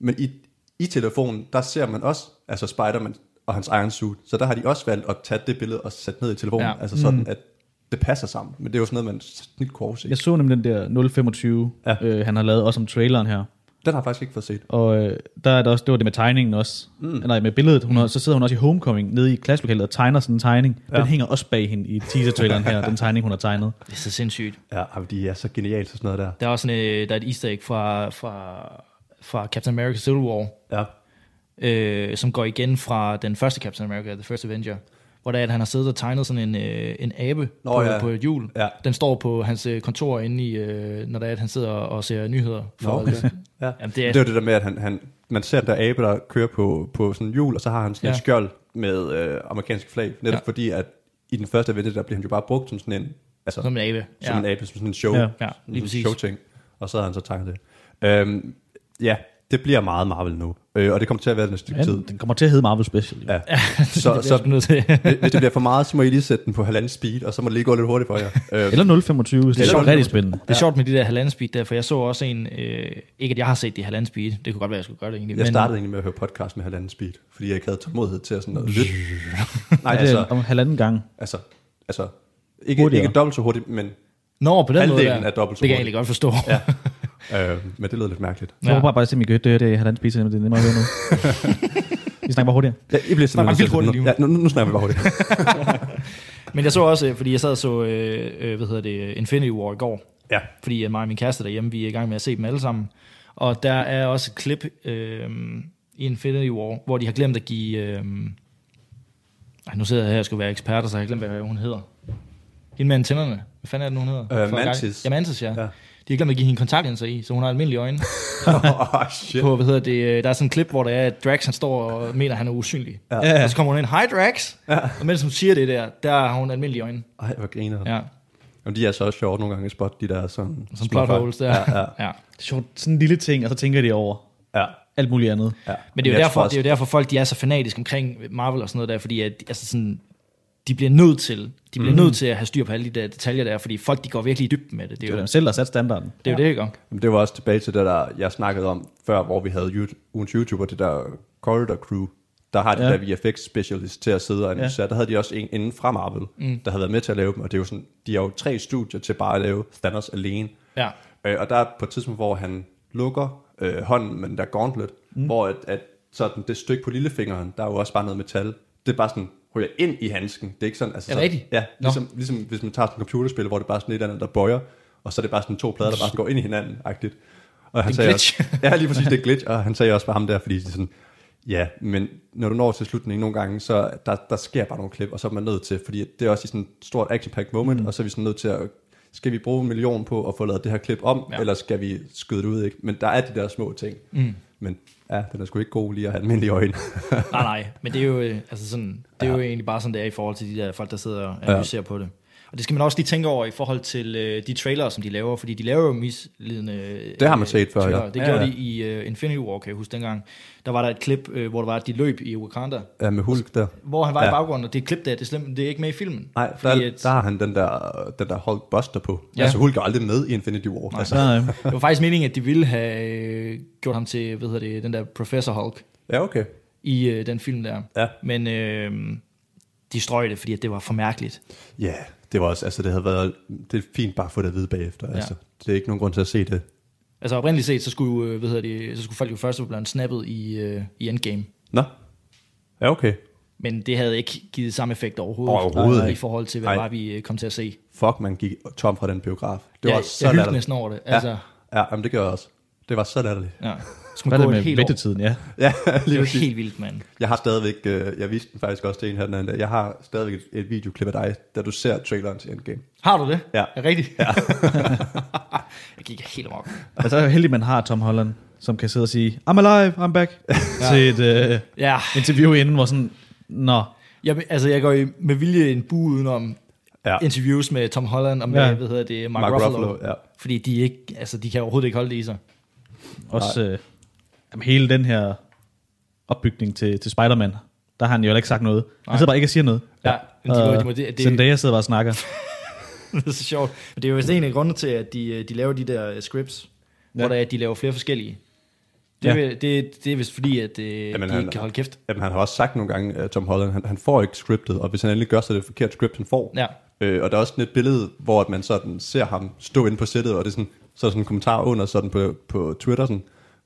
[SPEAKER 3] Men i, i telefonen, der ser man også, altså Spider-Man og hans egen suit, så der har de også valgt at tage det billede og sætte ned i telefonen,
[SPEAKER 4] Ja.
[SPEAKER 3] ja. altså sådan, mm. at det passer sammen, men det er jo sådan noget, man snit kunne overse.
[SPEAKER 2] Jeg
[SPEAKER 3] Yes.
[SPEAKER 2] så nemlig den der 025, ja.
[SPEAKER 3] Ja.
[SPEAKER 2] øh, han har lavet også om traileren her.
[SPEAKER 3] Den har jeg faktisk ikke fået set.
[SPEAKER 2] Og øh, der er der også, det var det med tegningen også. Mm. Nej, med billedet. Hun har, så sidder hun også i Homecoming nede i klasselokalet og tegner sådan en tegning. Ja. Den hænger også bag hende i teaser-traileren her, den tegning, hun har tegnet.
[SPEAKER 4] Det er så sindssygt.
[SPEAKER 3] Ja, men de er så genialt og sådan noget der.
[SPEAKER 4] Der er også sådan, øh, der er et easter egg fra, fra, fra Captain America Civil War,
[SPEAKER 3] Ja.
[SPEAKER 4] øh, som går igen fra den første Captain America, The First Avenger, hvor det er, at han har siddet og tegnet sådan en, øh, en abe
[SPEAKER 3] Nå,
[SPEAKER 4] på,
[SPEAKER 3] ja.
[SPEAKER 4] på et hjul.
[SPEAKER 3] Ja.
[SPEAKER 4] Den står på hans øh, kontor inde i, øh, når det er, at han sidder og ser nyheder. For
[SPEAKER 3] Nå, okay. Ja.
[SPEAKER 4] Jamen, det er,
[SPEAKER 3] Det er jo det der med, at han, han, man ser den der abe, der kører på, på sådan en hjul, og så har han sådan ja.
[SPEAKER 4] Ja.
[SPEAKER 3] en skjold med øh, amerikansk flag, netop
[SPEAKER 4] Ja.
[SPEAKER 3] ja. fordi, at i den første event, der bliver han jo bare brugt som sådan en, altså, som,
[SPEAKER 4] som en abe.
[SPEAKER 3] ja. som en abe, som sådan en show,
[SPEAKER 2] Ja.
[SPEAKER 3] ja.
[SPEAKER 2] Ja,
[SPEAKER 4] Ja, lige præcis.
[SPEAKER 3] showting, og så har han så tegnet det. Øhm, ja, det bliver meget Marvel nu, øh, og det kommer til at være det næste stykke
[SPEAKER 2] Ja,
[SPEAKER 3] ja.
[SPEAKER 2] den
[SPEAKER 3] tid.
[SPEAKER 2] den kommer til at hedde Marvel Special. Jo.
[SPEAKER 3] Ja.
[SPEAKER 4] Så, det
[SPEAKER 3] så,
[SPEAKER 4] er så,
[SPEAKER 3] så
[SPEAKER 4] nødt til.
[SPEAKER 3] hvis hvis det bliver for meget, så må I lige sætte den på halvanden speed, og så må det lige gå lidt hurtigt for jer. Øh,
[SPEAKER 2] Eller 025, så det er
[SPEAKER 3] Eller
[SPEAKER 2] sjovt, rigtig spændende.
[SPEAKER 4] Det er sjovt med de der halvanden speed der, for jeg så også en, øh, ikke at jeg har set de halvanden speed, det kunne godt være, at jeg skulle gøre det egentlig.
[SPEAKER 3] jeg startede egentlig med at høre podcast med halvanden speed, fordi jeg ikke havde tålmodighed til at sådan noget. lytte. Nej,
[SPEAKER 2] Ja, det er
[SPEAKER 3] altså,
[SPEAKER 2] om halvanden gang.
[SPEAKER 3] Altså, altså ikke,
[SPEAKER 2] Hurtigere.
[SPEAKER 3] ikke dobbelt så hurtigt, men,
[SPEAKER 4] Nå, på den måde
[SPEAKER 3] Halvdelen
[SPEAKER 4] der.
[SPEAKER 3] er dobbelt så
[SPEAKER 4] Det kan
[SPEAKER 3] hurtigt.
[SPEAKER 4] jeg egentlig godt forstå.
[SPEAKER 3] ja. øh, men det lød lidt mærkeligt.
[SPEAKER 2] Jeg håber bare, at I kan høre det her i halvanden spise, men det er nemmere at høre nu. Vi snakker bare hurtigere.
[SPEAKER 3] Ja, I bliver
[SPEAKER 4] Nej,
[SPEAKER 3] simpelthen
[SPEAKER 4] vildt hurtigt
[SPEAKER 3] nu.
[SPEAKER 4] lige
[SPEAKER 3] Ja, nu, nu snakker vi bare hurtigt.
[SPEAKER 4] Men jeg så også, øh, fordi jeg sad og så, øh, øh, hvad hedder det, Infinity War i går,
[SPEAKER 3] ja.
[SPEAKER 4] fordi øh, mig og min kæreste derhjemme, vi er i gang med at se dem alle sammen. Og der er også et klip øh, i Infinity War, hvor de har glemt at give... Øh, ej, nu sidder jeg her og skal være ekspert, og så har jeg glemt, hvad hun hedder. Hende med antennerne. Hvad fanden er det, nu, hun hedder?
[SPEAKER 3] Øh,
[SPEAKER 4] For gang-
[SPEAKER 3] Mantis.
[SPEAKER 4] Ja, Mantis, ja. ja.
[SPEAKER 3] Ja.
[SPEAKER 4] De har glemt at give hende kontaktlinser i, så hun har almindelige øjne.
[SPEAKER 3] oh, shit.
[SPEAKER 4] På, hvad hedder det, øh, der er sådan et klip, hvor der er, at Drax han står og mener, at han er usynlig.
[SPEAKER 2] Ja.
[SPEAKER 4] Og så kommer hun ind, hej Drax! Ja. Og mens hun siger det der, der har hun almindelige øjne.
[SPEAKER 3] Ej, hvor griner. Ja.
[SPEAKER 4] Ja.
[SPEAKER 3] Jamen, de er så også sjovt nogle gange at spotte de der sådan...
[SPEAKER 4] Som plot holes der.
[SPEAKER 3] Ja, ja.
[SPEAKER 4] ja.
[SPEAKER 2] Det er sjovt, sådan en lille ting, og så tænker de over
[SPEAKER 3] ja.
[SPEAKER 2] alt muligt andet.
[SPEAKER 3] ja.
[SPEAKER 4] Men det er, jo
[SPEAKER 3] Jeg
[SPEAKER 4] derfor,
[SPEAKER 3] tror også-
[SPEAKER 4] det er jo derfor, folk de er så fanatiske omkring Marvel og sådan noget der, fordi at, altså sådan, de bliver nødt til, de bliver mm. nødt til at have styr på alle de der detaljer der, fordi folk de går virkelig i dybden med det. Det
[SPEAKER 2] Det
[SPEAKER 4] er
[SPEAKER 2] er
[SPEAKER 4] jo
[SPEAKER 2] dem
[SPEAKER 4] det,
[SPEAKER 2] selv, der har sat standarden.
[SPEAKER 4] det, er jo det ikke?
[SPEAKER 3] Jamen, det var også tilbage til det, der jeg snakkede om før, hvor vi havde you- ugens YouTuber, det der Corridor Crew, der har det
[SPEAKER 2] Ja.
[SPEAKER 3] ja. der VFX specialist til at sidde og analysere. Ja. Der havde de også en inden fra Marvel, mm. der havde været med til at lave dem, og det er jo sådan, de har jo tre studier til bare at lave Thanos alene.
[SPEAKER 4] Ja.
[SPEAKER 3] Øh, og der er på et tidspunkt, hvor han lukker øh, hånden med den der gauntlet, mm. hvor at, at sådan det stykke på lillefingeren, der er jo også bare noget metal. Det er bare sådan, ryger ind i handsken. Det er ikke sådan, altså
[SPEAKER 4] Er det
[SPEAKER 3] sådan,
[SPEAKER 4] rigtigt?
[SPEAKER 3] Ja,
[SPEAKER 4] Nå.
[SPEAKER 3] ligesom, ligesom hvis man tager sådan et computerspil, hvor det er bare sådan et eller andet, der bøjer, og så er det bare sådan to plader, der bare går ind i hinanden, agtigt. Og han
[SPEAKER 4] en
[SPEAKER 3] sagde
[SPEAKER 4] glitch.
[SPEAKER 3] Også, ja, lige præcis, det er et glitch, og han sagde også bare ham der, fordi det er sådan, ja, men når du når til slutningen nogle gange, så der, der sker bare nogle klip, og så er man nødt til, fordi det er også i sådan et stort action-packed moment, mm. og så er vi sådan nødt til at, skal vi bruge en million på at få lavet det her klip om,
[SPEAKER 4] Ja.
[SPEAKER 3] ja. eller skal vi skyde det ud, ikke? Men der er de der små ting. Mm. Men ja, den er sgu ikke god lige at have almindelige øjne.
[SPEAKER 4] Nej, nej, men det er jo, øh, altså sådan, det er jo egentlig bare sådan, det er i forhold til de der folk, der sidder og analyserer ja. på det. Og det skal man også lige tænke over i forhold til øh, de trailere, som de laver, fordi de laver jo mislidende øh,
[SPEAKER 3] Det har man set før, ja.
[SPEAKER 4] trailere. Det
[SPEAKER 3] Ja,
[SPEAKER 4] gjorde
[SPEAKER 3] ja.
[SPEAKER 4] de i øh, Infinity War, kan jeg huske dengang. Der var der et klip, øh, hvor der var, at de løb i Wakanda,
[SPEAKER 3] ja, med Hulk der.
[SPEAKER 4] hvor han var ja. i
[SPEAKER 3] Ja.
[SPEAKER 4] baggrunden, og det klip der, det er, slemt, det er ikke med i filmen.
[SPEAKER 3] Nej, der,
[SPEAKER 4] fordi
[SPEAKER 3] der
[SPEAKER 4] at-
[SPEAKER 3] har han den der, den der Hulk Buster på.
[SPEAKER 4] Ja.
[SPEAKER 3] Ja. Altså Hulk er aldrig med i Infinity War.
[SPEAKER 2] Så,
[SPEAKER 3] Altså.
[SPEAKER 2] øh,
[SPEAKER 4] Det var faktisk meningen, at de ville have øh, gjort ham til, hvad hedder det, den der Professor Hulk
[SPEAKER 3] Ja, okay.
[SPEAKER 4] i øh, den film der.
[SPEAKER 3] Ja.
[SPEAKER 4] Men øh, de strøg det, fordi at det var for mærkeligt.
[SPEAKER 3] Ja, det var også, altså det havde været, det er fint bare at få det at vide bagefter, ja. altså. Det er ikke nogen grund til at se det.
[SPEAKER 4] Altså oprindeligt set, så skulle, øh, hvad hedder det, så skulle folk jo først være blevet snappet i, øh, i Endgame.
[SPEAKER 3] Nå, ja okay.
[SPEAKER 4] Men det havde ikke givet samme effekt overhovedet, øh,
[SPEAKER 3] Overhovedet
[SPEAKER 4] i
[SPEAKER 3] ikke.
[SPEAKER 4] forhold til, hvad
[SPEAKER 3] Nej.
[SPEAKER 4] var, vi øh, kom til at se. Det
[SPEAKER 3] Fuck, man gik tom fra den biograf. Det
[SPEAKER 4] jeg,
[SPEAKER 3] var
[SPEAKER 4] jeg
[SPEAKER 3] så
[SPEAKER 4] hyldte
[SPEAKER 3] latterligt.
[SPEAKER 4] næsten over det.
[SPEAKER 3] Ja.
[SPEAKER 4] Altså,
[SPEAKER 3] Ja, jamen, det gør jeg også. Det var så latterligt.
[SPEAKER 4] ja.
[SPEAKER 2] Hvad
[SPEAKER 4] Skulle
[SPEAKER 2] er
[SPEAKER 4] gå
[SPEAKER 2] det
[SPEAKER 4] et
[SPEAKER 2] med
[SPEAKER 4] helt år.
[SPEAKER 2] ventetiden? Ja.
[SPEAKER 3] Ja,
[SPEAKER 4] Det
[SPEAKER 3] lige
[SPEAKER 4] var
[SPEAKER 3] præcis.
[SPEAKER 4] helt vildt, mand.
[SPEAKER 3] Jeg har stadigvæk, øh, jeg viste den faktisk også til en her den anden dag, jeg har stadigvæk et, et videoklip af dig, da du ser traileren til Endgame.
[SPEAKER 4] Har du det?
[SPEAKER 3] Ja.
[SPEAKER 4] Er rigtigt? Ja. jeg gik helt amok.
[SPEAKER 2] Og så er jeg Altså, heldig, man har Tom Holland, som kan sidde og sige, I'm alive, I'm back, til et øh,
[SPEAKER 4] Ja.
[SPEAKER 2] interview inden, hvor sådan, nå,
[SPEAKER 4] Jeg, altså, jeg går i, med vilje en bu udenom
[SPEAKER 3] Ja.
[SPEAKER 4] ja. interviews med Tom Holland og med,
[SPEAKER 2] Ja.
[SPEAKER 4] ja. hvad hedder det, Mark,
[SPEAKER 3] Mark
[SPEAKER 4] Mark Ruffalo.
[SPEAKER 3] Ruffalo, ja.
[SPEAKER 4] Fordi de, ikke, altså, de kan overhovedet ikke holde det i sig.
[SPEAKER 2] også øh, jamen, hele den her opbygning til, til Spider-Man, der har han jo heller ikke sagt noget. Han
[SPEAKER 4] Nej.
[SPEAKER 2] sidder bare ikke og siger noget. Øh,
[SPEAKER 4] Ja, men de må-
[SPEAKER 2] Og
[SPEAKER 4] de må- det- det-
[SPEAKER 2] Zendaya sidder bare og snakker.
[SPEAKER 4] det er så sjovt. Men det er jo vist en af grundene til, at de, øh, de laver de der øh, scripts, ja. hvor der er, at de laver flere forskellige. Det,
[SPEAKER 2] Ja.
[SPEAKER 4] ja. det, det, det er vist fordi, at øh,
[SPEAKER 3] Jamen,
[SPEAKER 4] Jamen, de
[SPEAKER 3] han-
[SPEAKER 4] ikke kan holde kæft.
[SPEAKER 3] Jamen, han har også sagt nogle gange, at Tom Holland, han, han får ikke scriptet, og hvis han endelig gør, så er det et forkert script, han får.
[SPEAKER 4] Ja.
[SPEAKER 3] Øh, og der er også sådan et billede, hvor at man sådan ser ham stå inde på sættet, og det er sådan, så er der sådan en kommentar under sådan på, på Twitter, sådan,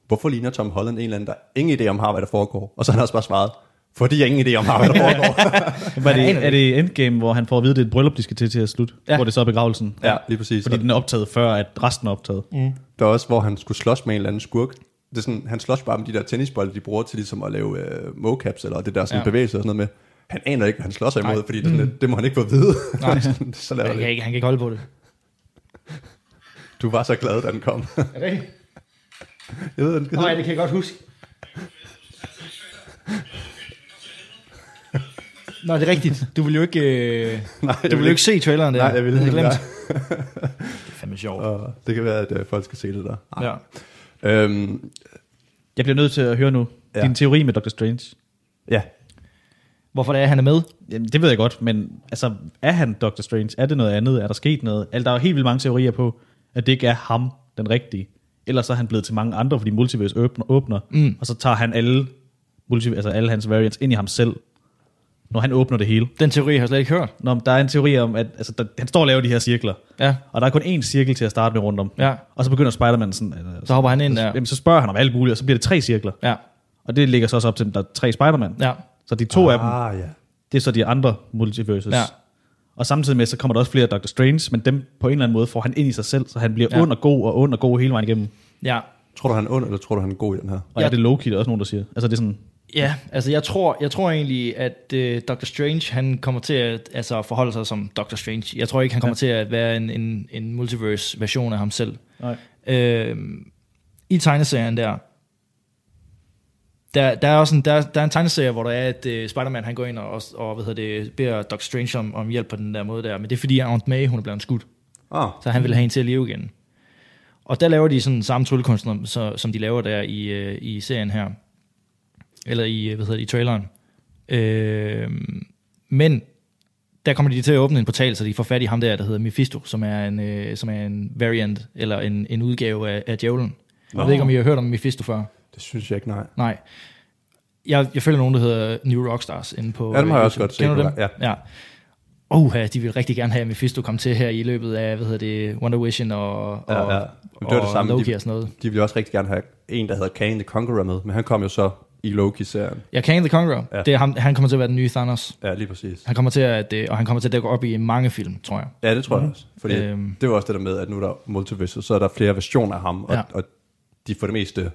[SPEAKER 3] hvorfor ligner Tom Holland en eller anden, der ingen idé om har, hvad der foregår? Og så har han også bare svaret, fordi jeg ingen idé om har, hvad der foregår.
[SPEAKER 2] Var
[SPEAKER 4] aner
[SPEAKER 2] det,
[SPEAKER 4] det
[SPEAKER 2] er det Endgame, hvor han får at vide, at det er et bryllup, de skal til til at slutte? Ja. Hvor det så er begravelsen?
[SPEAKER 3] ja, lige præcis.
[SPEAKER 2] Fordi den er optaget før, at resten er optaget. Mm.
[SPEAKER 3] Der er også, hvor han skulle slås med en eller anden skurk. Det er sådan, han slås bare med de der tennisbolde, de bruger til ligesom at lave øh, mocaps, eller det der sådan ja.
[SPEAKER 4] Ja. Mm.
[SPEAKER 3] bevægelse og sådan noget med. Han aner ikke, hvad han slår sig imod, fordi det, er sådan, lidt, det må han ikke få at vide.
[SPEAKER 4] Nej.
[SPEAKER 3] Det er sådan, så lader
[SPEAKER 4] Han kan,
[SPEAKER 3] det.
[SPEAKER 4] ikke, han kan ikke holde på det.
[SPEAKER 3] Du var så glad, da den kom.
[SPEAKER 4] Er det rigtigt?
[SPEAKER 3] jeg ved, den skal hedde.
[SPEAKER 4] det kan jeg godt huske. Nå, det er rigtigt. Du vil jo ikke, øh,
[SPEAKER 3] Nej,
[SPEAKER 4] du vil jo ikke se traileren der.
[SPEAKER 3] Nej, jeg ville
[SPEAKER 4] Det er
[SPEAKER 3] ikke.
[SPEAKER 4] glemt. Det er fandme sjovt.
[SPEAKER 3] Og det kan være, at øh, folk skal se det der.
[SPEAKER 4] Ja.
[SPEAKER 3] Øhm,
[SPEAKER 2] Jeg bliver nødt til at høre nu
[SPEAKER 3] Ja.
[SPEAKER 2] ja. din teori med Dr. Strange.
[SPEAKER 3] ja.
[SPEAKER 4] Hvorfor det er, han er med?
[SPEAKER 2] Jamen, det ved jeg godt, men altså, er han Dr. Strange? Er det noget andet? Er der sket noget? Altså, der er jo helt vildt mange teorier på, at det ikke er ham, den rigtige. Ellers så er han blevet til mange andre, fordi multiverse åbner, åbner mm. og så tager han alle, multi, altså alle hans variants ind i ham selv, når han åbner det hele.
[SPEAKER 4] Den teori har jeg slet ikke hørt.
[SPEAKER 2] Nå, men der er en teori om, at altså, der, han står og laver de her cirkler,
[SPEAKER 4] Ja.
[SPEAKER 2] og der er kun én cirkel til at starte med rundt om.
[SPEAKER 4] Ja.
[SPEAKER 2] Og så begynder Spider-Man sådan, altså,
[SPEAKER 4] Så hopper han ind der.
[SPEAKER 2] Jamen, så spørger han om alt muligt, og så bliver det tre cirkler.
[SPEAKER 4] Ja.
[SPEAKER 2] Og det ligger så også op til, at der er tre Spider-Man.
[SPEAKER 4] Ja.
[SPEAKER 2] Så de to ah. af dem,
[SPEAKER 3] Ah, ja.
[SPEAKER 2] det er så de andre multiverses.
[SPEAKER 4] Ja.
[SPEAKER 2] Og samtidig med, så kommer der også flere Doctor Strange, men dem på en eller anden måde får han ind i sig selv, så han bliver
[SPEAKER 4] Ja.
[SPEAKER 2] ja. ond og god og ond og god hele vejen igennem.
[SPEAKER 4] Ja.
[SPEAKER 3] Tror du, han er ond, eller tror du, han er god i den her?
[SPEAKER 2] Og
[SPEAKER 4] Ja.
[SPEAKER 2] ja. er det Loki, der er også nogen, der siger. Altså det er sådan,
[SPEAKER 4] Ja, altså jeg tror, jeg tror egentlig, at øh, Dr. Strange, han kommer til at altså, forholde sig som Dr. Strange. Jeg tror ikke, han kommer ja. til at være en, en, en multiverse-version af ham selv.
[SPEAKER 2] nej.
[SPEAKER 4] Øh, I tegneserien der, der, der er også en, der, der er en tegneserie, hvor der er, at øh, Spider-Man han går ind og, og, og hvad hedder det, beder Dr. Strange om, om hjælp på den der måde der. Men det er fordi, at Aunt May, hun er blevet skudt.
[SPEAKER 3] Ah,
[SPEAKER 4] Så han ville have hende til at leve igen. Og der laver de sådan samme tryllekunstner, så, som de laver der i, øh, i serien her. Eller i, øh, hvad hedder det, i traileren. Øh, men der kommer de til at åbne en portal, så de får fat i ham der, der hedder Mephisto, som er en, øh, som er en variant, eller en, en udgave af, af djævlen. Jeg ved ikke, om I har hørt om Mephisto før.
[SPEAKER 3] det synes jeg ikke, nej.
[SPEAKER 4] Nej. Jeg, jeg følger nogen, der hedder New Rockstars inde på
[SPEAKER 3] Ja, dem har jeg
[SPEAKER 4] øh,
[SPEAKER 3] også
[SPEAKER 4] YouTube.
[SPEAKER 3] godt set.
[SPEAKER 4] Kender du dem?
[SPEAKER 3] Ja.
[SPEAKER 4] ja. Oha, de vil rigtig gerne have, at Mephisto kom til her i løbet af, hvad hedder det, Wonder Vision og, og,
[SPEAKER 3] Ja, ja.
[SPEAKER 4] ja,
[SPEAKER 3] Men det var det
[SPEAKER 4] og
[SPEAKER 3] samme, de-
[SPEAKER 4] Loki og sådan noget.
[SPEAKER 3] De ville også rigtig gerne have en, der hedder Kane the Conqueror med, men han kom jo så i Loki-serien.
[SPEAKER 4] Ja, Kang the Conqueror,
[SPEAKER 3] Ja.
[SPEAKER 4] ja. det er ham, han kommer til at være den nye Thanos.
[SPEAKER 3] Ja, lige præcis.
[SPEAKER 4] Han kommer til at, øh, og han kommer til at gå op i mange film, tror jeg.
[SPEAKER 3] Ja, det tror jeg også. Fordi øhm.
[SPEAKER 4] Øhm.
[SPEAKER 3] det var også det der med, at nu er der multiverse, så er der flere versioner af ham, og, ja.
[SPEAKER 4] Ja.
[SPEAKER 3] og de er for det meste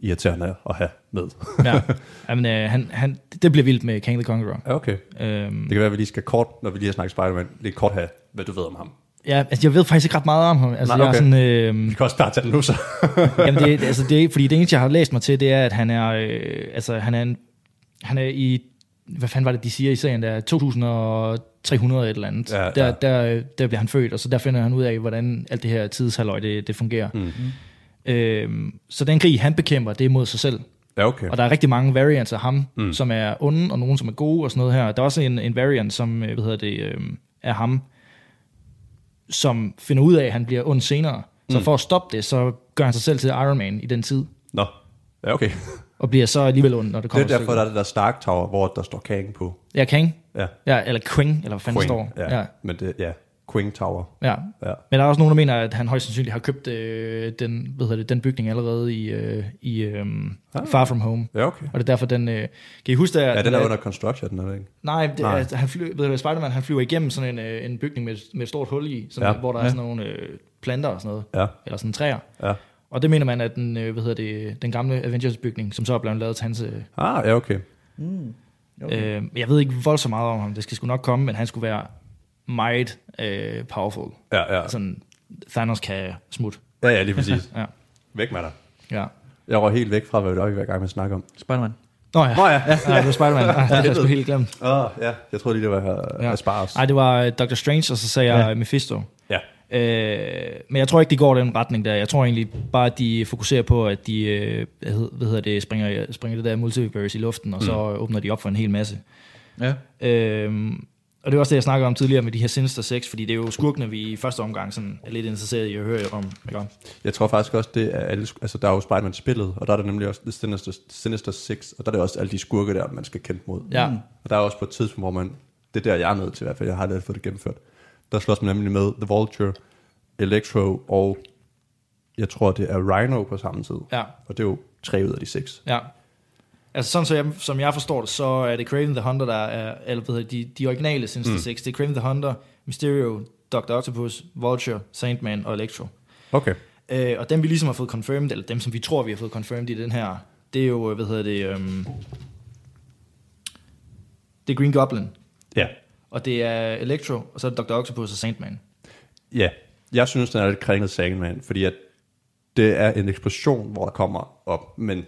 [SPEAKER 3] irriterende at have med.
[SPEAKER 4] Ja. Jamen, øh, han, han, det bliver vildt med Kang the Conqueror.
[SPEAKER 3] Ja, okay.
[SPEAKER 4] Øhm,
[SPEAKER 3] Det kan være, at vi lige skal kort, når vi lige har snakket Spider-Man, lige kort have, hvad du ved om ham.
[SPEAKER 4] ja, altså, jeg ved faktisk ikke ret meget om ham. Altså,
[SPEAKER 3] Nej,
[SPEAKER 4] Nej, okay.
[SPEAKER 3] okay.
[SPEAKER 4] jeg er sådan, øh,
[SPEAKER 3] Vi kan også bare tage den nu, så.
[SPEAKER 4] Jamen det, altså det, er- fordi det eneste, jeg har læst mig til, det er, at han er, øh, altså han er, en, han er i, hvad fanden var det, de siger i serien, der er 2300 et eller andet.
[SPEAKER 3] Ja, ja.
[SPEAKER 4] der, Der, øh, der bliver han født, og så der finder han ud af, hvordan alt det her tidshalløj, det, det fungerer.
[SPEAKER 3] Mm.
[SPEAKER 4] Mm-hmm. Øhm, så den krig, han bekæmper, det er mod sig selv.
[SPEAKER 3] Ja, okay.
[SPEAKER 4] Og der er rigtig mange variants af ham, mm. som er onde, og nogen, som er gode og sådan noget her. Der er også en, en variant, som øh, hvad hedder det, øh, er ham, som finder ud af, at han bliver ond senere.
[SPEAKER 3] Mm.
[SPEAKER 4] Så for at stoppe det, så gør han sig selv til Iron Man i den tid,
[SPEAKER 3] Nå. Ja, okay.
[SPEAKER 4] og bliver så alligevel ond, når det
[SPEAKER 3] Det
[SPEAKER 4] kommer
[SPEAKER 3] er derfor,
[SPEAKER 4] til
[SPEAKER 3] der er det der Stark Tower, hvor der står Kang på.
[SPEAKER 4] stykket. Ja, Kang.
[SPEAKER 3] Ja.
[SPEAKER 4] Ja, eller Queen, eller hvad fanden
[SPEAKER 3] Queen.
[SPEAKER 4] står.
[SPEAKER 3] Ja. ja. Men det, ja. Queen Tower.
[SPEAKER 4] Ja.
[SPEAKER 3] Ja.
[SPEAKER 4] Men der er også nogen, der mener, at han højst sandsynligt har købt øh, den, hvad hedder det, den bygning allerede i, øh, i øh,
[SPEAKER 3] Ah.
[SPEAKER 4] Far From Home.
[SPEAKER 3] Ja, okay.
[SPEAKER 4] Og det er derfor, den... Øh, kan I huske, der,
[SPEAKER 3] Ja, den er under construction, er det ikke?
[SPEAKER 4] Nej, det,
[SPEAKER 3] Nej.
[SPEAKER 4] nej. Altså, han fly, ved du, hvad, Spider-Man han flyver igennem sådan en, øh, en bygning med, et- med et stort hul i, sådan,
[SPEAKER 3] Ja.
[SPEAKER 4] ja. hvor der ja. er sådan nogle øh, planter og sådan noget,
[SPEAKER 3] Ja,
[SPEAKER 4] eller sådan træer.
[SPEAKER 3] ja.
[SPEAKER 4] Og det mener man, at den, øh, hvad hedder det, den gamle Avengers-bygning, som så er blevet lavet til hans... Øh,
[SPEAKER 3] Ah, ja, okay.
[SPEAKER 4] okay. øh, jeg ved ikke voldsomt meget om ham, det skal sgu nok komme, men han skulle være meget øh, powerful.
[SPEAKER 3] Ja, ja.
[SPEAKER 4] Sådan, Thanos kan smutte.
[SPEAKER 3] Ja, ja, lige præcis.
[SPEAKER 4] Ja.
[SPEAKER 3] Væk med dig.
[SPEAKER 4] Ja.
[SPEAKER 3] Jeg var helt væk fra, hvad det var, vi var i gang med at snakke om.
[SPEAKER 2] Spider-Man.
[SPEAKER 4] Nå ja,
[SPEAKER 3] Nå ja.
[SPEAKER 4] ja det var Spider-Man. Ja, det havde jeg sgu helt glemt.
[SPEAKER 3] Åh, oh, ja. Jeg troede lige, det var ja.
[SPEAKER 4] Ja.
[SPEAKER 3] Asparas.
[SPEAKER 4] Nej, det var øh, Doctor Strange, og så sagde jeg Mephisto.
[SPEAKER 3] Ja.
[SPEAKER 4] Øh, men jeg tror ikke, de går den retning der. Jeg tror egentlig bare, at de fokuserer på, at de øh, hvad hed- hvad hedder det, springer, springer det der multiverse i luften, og så åbner de op for en hel masse.
[SPEAKER 2] Ja.
[SPEAKER 4] Øh, og det er også det, jeg snakkede om tidligere med de her Sinister 6, fordi det er jo skurkene, vi i første omgang sådan er lidt interesseret i at høre om. Ikke? om?
[SPEAKER 3] Jeg tror faktisk også, det er alle, sk- altså der er jo Spider-Man-spillet, og der er der nemlig også The Sinister, Sinister Six, og der er det også alle de skurke der, man skal kæmpe mod.
[SPEAKER 4] Ja.
[SPEAKER 3] Og der er også på et tidspunkt, hvor man, det er der, jeg er nødt til i hvert fald, jeg har lidt fået det gennemført, der slås man nemlig med The Vulture, Electro og jeg tror, det er Rhino på samme tid.
[SPEAKER 4] Ja.
[SPEAKER 3] Og det er jo tre ud af de seks.
[SPEAKER 4] Ja. Altså sådan, så jeg, som jeg forstår det, så er det Craven the Hunter, der er, eller hvad hedder det, de, de originale Sinister mm. 6. Det er Craven the Hunter, Mysterio, Dr. Octopus, Vulture, Sandman og Electro.
[SPEAKER 3] Okay.
[SPEAKER 4] Øh, og dem vi ligesom har fået confirmed, eller dem som vi tror vi har fået confirmed i den her, det er jo, hvad hedder det, øhm, det er Green Goblin,
[SPEAKER 3] Ja.
[SPEAKER 4] og det er Electro, og så er det Dr. Octopus og Sandman.
[SPEAKER 3] Ja. Jeg synes, den er lidt kringet Sandman, fordi at det er en eksplosion, hvor der kommer op, men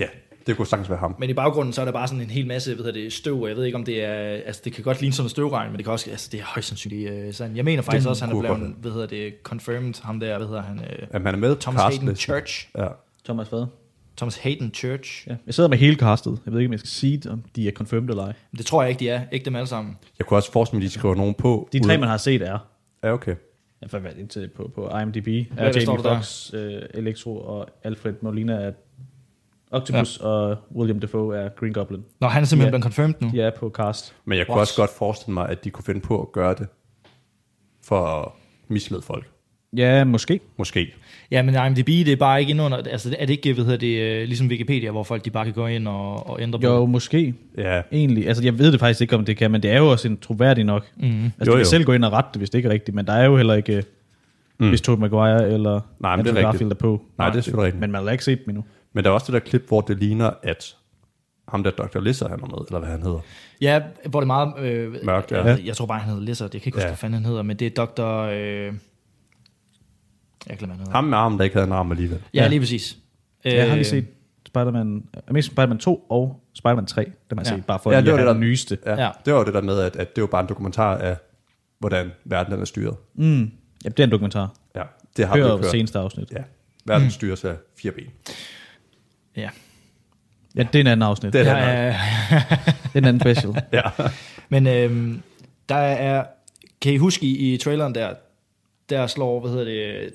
[SPEAKER 3] ja, det kunne sagtens være ham.
[SPEAKER 4] Men i baggrunden, så er der bare sådan en hel masse, hvad hedder det, støv, og jeg ved ikke om det er, altså det kan godt ligne sådan en støvregn, men det kan også, altså det er højst sandsynligt øh, sådan. Jeg mener faktisk også, han er
[SPEAKER 3] kunne
[SPEAKER 4] blevet,
[SPEAKER 3] godt
[SPEAKER 4] hvad hedder det, confirmed, ham der, hvad hedder han, øh,
[SPEAKER 3] At man er med
[SPEAKER 4] Thomas Hayden
[SPEAKER 3] castlisten.
[SPEAKER 4] Church.
[SPEAKER 3] Ja.
[SPEAKER 2] Thomas Fad.
[SPEAKER 4] Thomas Hayden Church.
[SPEAKER 2] Ja. Jeg sidder med hele castet. Jeg ved ikke, om jeg skal sige, om de er confirmed eller ej.
[SPEAKER 4] Det tror jeg ikke, de er. Ikke dem alle sammen.
[SPEAKER 3] Jeg kunne også forestille mig, at de skriver nogen på.
[SPEAKER 2] De
[SPEAKER 3] ude-
[SPEAKER 2] tre, man har set, er
[SPEAKER 3] Ja, okay.
[SPEAKER 2] i hvert fald været indtil på, på IMDb,
[SPEAKER 4] der
[SPEAKER 2] er
[SPEAKER 4] står
[SPEAKER 2] Jamie
[SPEAKER 4] der der?
[SPEAKER 2] Fox, øh, Electro og Alfred Molina er Octopus, ja. Mm. og William Dafoe er Green Goblin.
[SPEAKER 4] Nå, han er simpelthen
[SPEAKER 2] Ja.
[SPEAKER 4] blevet confirmed nu.
[SPEAKER 2] De er på cast.
[SPEAKER 3] Men jeg kunne
[SPEAKER 4] What?
[SPEAKER 3] også godt forestille mig, at de kunne finde på at gøre det for at mislede folk.
[SPEAKER 2] Ja, måske.
[SPEAKER 3] Måske.
[SPEAKER 4] Ja, men IMDb, det er bare ikke inde under... Altså, er det ikke, hvad hedder det, øh, ligesom Wikipedia, hvor folk de bare kan gå ind og, og ændre på
[SPEAKER 2] Jo,
[SPEAKER 4] det?
[SPEAKER 2] måske.
[SPEAKER 3] Ja,
[SPEAKER 2] Egentlig. Altså, jeg ved det faktisk ikke, om det kan, men det er jo også en troværdig nok. Mm-hmm. Altså, jo,
[SPEAKER 3] Mm. Jo,
[SPEAKER 2] du kan
[SPEAKER 3] jo.
[SPEAKER 2] selv gå ind og rette det, hvis det ikke er rigtigt, men der er jo heller ikke, mm. hvis Tobey Maguire eller
[SPEAKER 3] Nej, men
[SPEAKER 2] Andrew
[SPEAKER 3] det er rigtigt.
[SPEAKER 2] Garfield er på.
[SPEAKER 3] Nej, det er selvfølgelig rigtigt.
[SPEAKER 2] Men man har ikke set dem endnu.
[SPEAKER 3] men der er også det der klip, hvor det ligner, at ham der Dr. Lizard, han er med, eller hvad han hedder.
[SPEAKER 4] Ja, hvor det er meget... Øh,
[SPEAKER 3] Mørkt, ja.
[SPEAKER 4] Jeg, jeg tror bare, han hedder Lizard. Jeg kan ikke huske,
[SPEAKER 3] Ja.
[SPEAKER 4] hvad fanden han hedder, men det er Dr... Øh, jeg glemmer, hvad han hedder.
[SPEAKER 3] Ham med armen, der ikke havde en arm alligevel.
[SPEAKER 4] Ja, lige præcis.
[SPEAKER 2] Øh, jeg har lige
[SPEAKER 4] Øh,
[SPEAKER 2] set Spider-Man, Amazing Spider-Man 2 og Spider-Man 3, dem har jeg
[SPEAKER 4] Ja.
[SPEAKER 2] set, bare for
[SPEAKER 3] Ja,
[SPEAKER 2] ja,
[SPEAKER 3] det
[SPEAKER 2] at lige
[SPEAKER 3] var
[SPEAKER 2] at
[SPEAKER 3] det,
[SPEAKER 2] have
[SPEAKER 3] der-
[SPEAKER 2] den nyeste.
[SPEAKER 3] Ja.
[SPEAKER 4] Ja.
[SPEAKER 3] Det var jo det der med, at, at det var bare en dokumentar af, hvordan verden den er styret.
[SPEAKER 2] Mm. Ja, det er en dokumentar.
[SPEAKER 3] Ja, det har vi
[SPEAKER 2] Hør
[SPEAKER 3] jo Mm.
[SPEAKER 2] på
[SPEAKER 3] hørt.
[SPEAKER 2] seneste afsnit.
[SPEAKER 3] Ja. Verden styres af fire ben.
[SPEAKER 4] Ja.
[SPEAKER 2] Ja, det er en anden afsnit.
[SPEAKER 3] Det er
[SPEAKER 2] Det
[SPEAKER 3] den
[SPEAKER 4] Der
[SPEAKER 3] her.
[SPEAKER 4] er,
[SPEAKER 2] er en anden special.
[SPEAKER 3] Ja.
[SPEAKER 4] men øh, der er... Kan I huske i, i traileren der, der slår, hvad hedder det...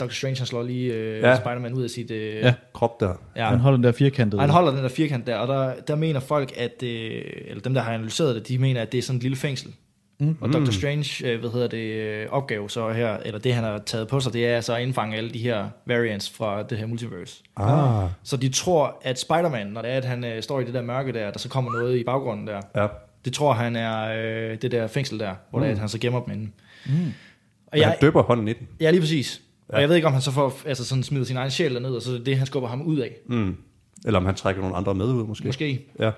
[SPEAKER 4] Dr. Strange, han slår lige øh,
[SPEAKER 3] Ja.
[SPEAKER 4] ja. Spider-Man ud af sit... Øh,
[SPEAKER 2] Ja.
[SPEAKER 3] Krop der.
[SPEAKER 4] ja.
[SPEAKER 2] Han holder den der firkantede.
[SPEAKER 4] Og han holder den der firkant der, og der, der mener folk, at øh, eller dem, der har analyseret det, de mener, at det er sådan et lille fængsel. Mm. Og Dr. Strange, øh, hvad hedder det, øh, opgave så her, eller det, han har taget på sig, det er altså at indfange alle de her variants fra det her multiverse.
[SPEAKER 3] Ah.
[SPEAKER 4] Så de tror, at Spider-Man, når det er, at han øh, står i det der mørke der, der så kommer noget i baggrunden der,
[SPEAKER 3] Ja.
[SPEAKER 4] det tror han er øh, det der fængsel der, hvor det er, at han så gemmer dem inde. Mm. Og
[SPEAKER 3] Men han døber hånden i den.
[SPEAKER 4] Ja, lige præcis. Ja. Og jeg ved ikke, om han så får, altså sådan smider sin egen sjæl derned, og så er det det, han skubber ham ud af.
[SPEAKER 3] Mm. Eller om han trækker nogle andre med ud, måske.
[SPEAKER 4] Måske.
[SPEAKER 3] Ja.
[SPEAKER 4] Øh,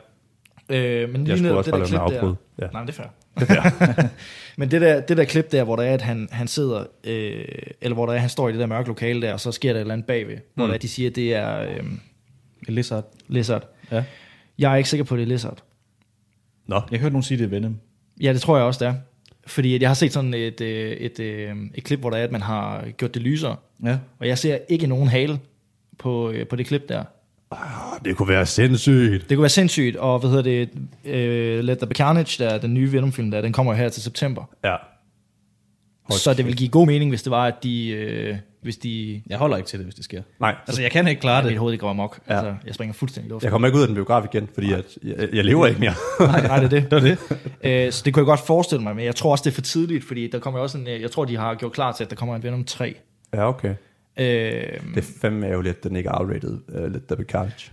[SPEAKER 4] men
[SPEAKER 3] Jeg
[SPEAKER 4] lige
[SPEAKER 3] skulle
[SPEAKER 4] netop
[SPEAKER 3] også
[SPEAKER 4] det
[SPEAKER 3] bare
[SPEAKER 4] der
[SPEAKER 3] lave en
[SPEAKER 4] klip
[SPEAKER 3] afbrud.
[SPEAKER 4] der.
[SPEAKER 3] Ja.
[SPEAKER 4] Ja. Nej, men det er fair. men det der, det der klip der, hvor der er, at han, han sidder, øh, eller hvor der er, han står i det der mørke lokale der, og så sker der et eller andet bagved, hvor
[SPEAKER 3] Mm.
[SPEAKER 4] der er, de siger, at det er øh,
[SPEAKER 2] Lizard.
[SPEAKER 4] Lizard.
[SPEAKER 2] Ja.
[SPEAKER 4] Jeg er ikke sikker på, at det er Lizard.
[SPEAKER 3] Nå.
[SPEAKER 2] Jeg hørte nogen sige, det er Venom.
[SPEAKER 4] Ja, det tror jeg også, det er. Fordi at jeg har set sådan et, øh, et, øh, et klip, hvor der er, at man har gjort det lysere,
[SPEAKER 2] Ja.
[SPEAKER 4] og jeg ser ikke nogen hale på, øh, på det klip der.
[SPEAKER 3] Ah, Det kunne være sindssygt.
[SPEAKER 4] Det kunne være sindssygt, og hvad hedder det, øh, Let There Be Carnage, der er den nye Venom-film der, den kommer her til september.
[SPEAKER 3] Ja. Hold
[SPEAKER 4] så det ville give god mening, hvis det var, at de... Øh, hvis de
[SPEAKER 2] Jeg holder ikke til det, hvis det sker.
[SPEAKER 3] Nej,
[SPEAKER 2] Altså, jeg kan ikke klare
[SPEAKER 4] mit
[SPEAKER 2] det.
[SPEAKER 4] hoved ikke går amok. Ja. Altså, jeg springer fuldstændig i luften.
[SPEAKER 3] jeg kommer ikke ud af den biograf igen, fordi at, jeg, jeg lever ikke mere.
[SPEAKER 4] Nej, nej, det er det.
[SPEAKER 2] Det var det.
[SPEAKER 4] Øh, så det kunne jeg godt forestille mig, men jeg tror også, det er for tidligt, fordi der kommer jo også en, øh, jeg tror, de har gjort klar til, at der kommer en Venom 3.
[SPEAKER 3] ja, okay.
[SPEAKER 4] Øh,
[SPEAKER 3] Det er fandme ærgerligt, at den ikke er outrated, uh, lidt double carnage.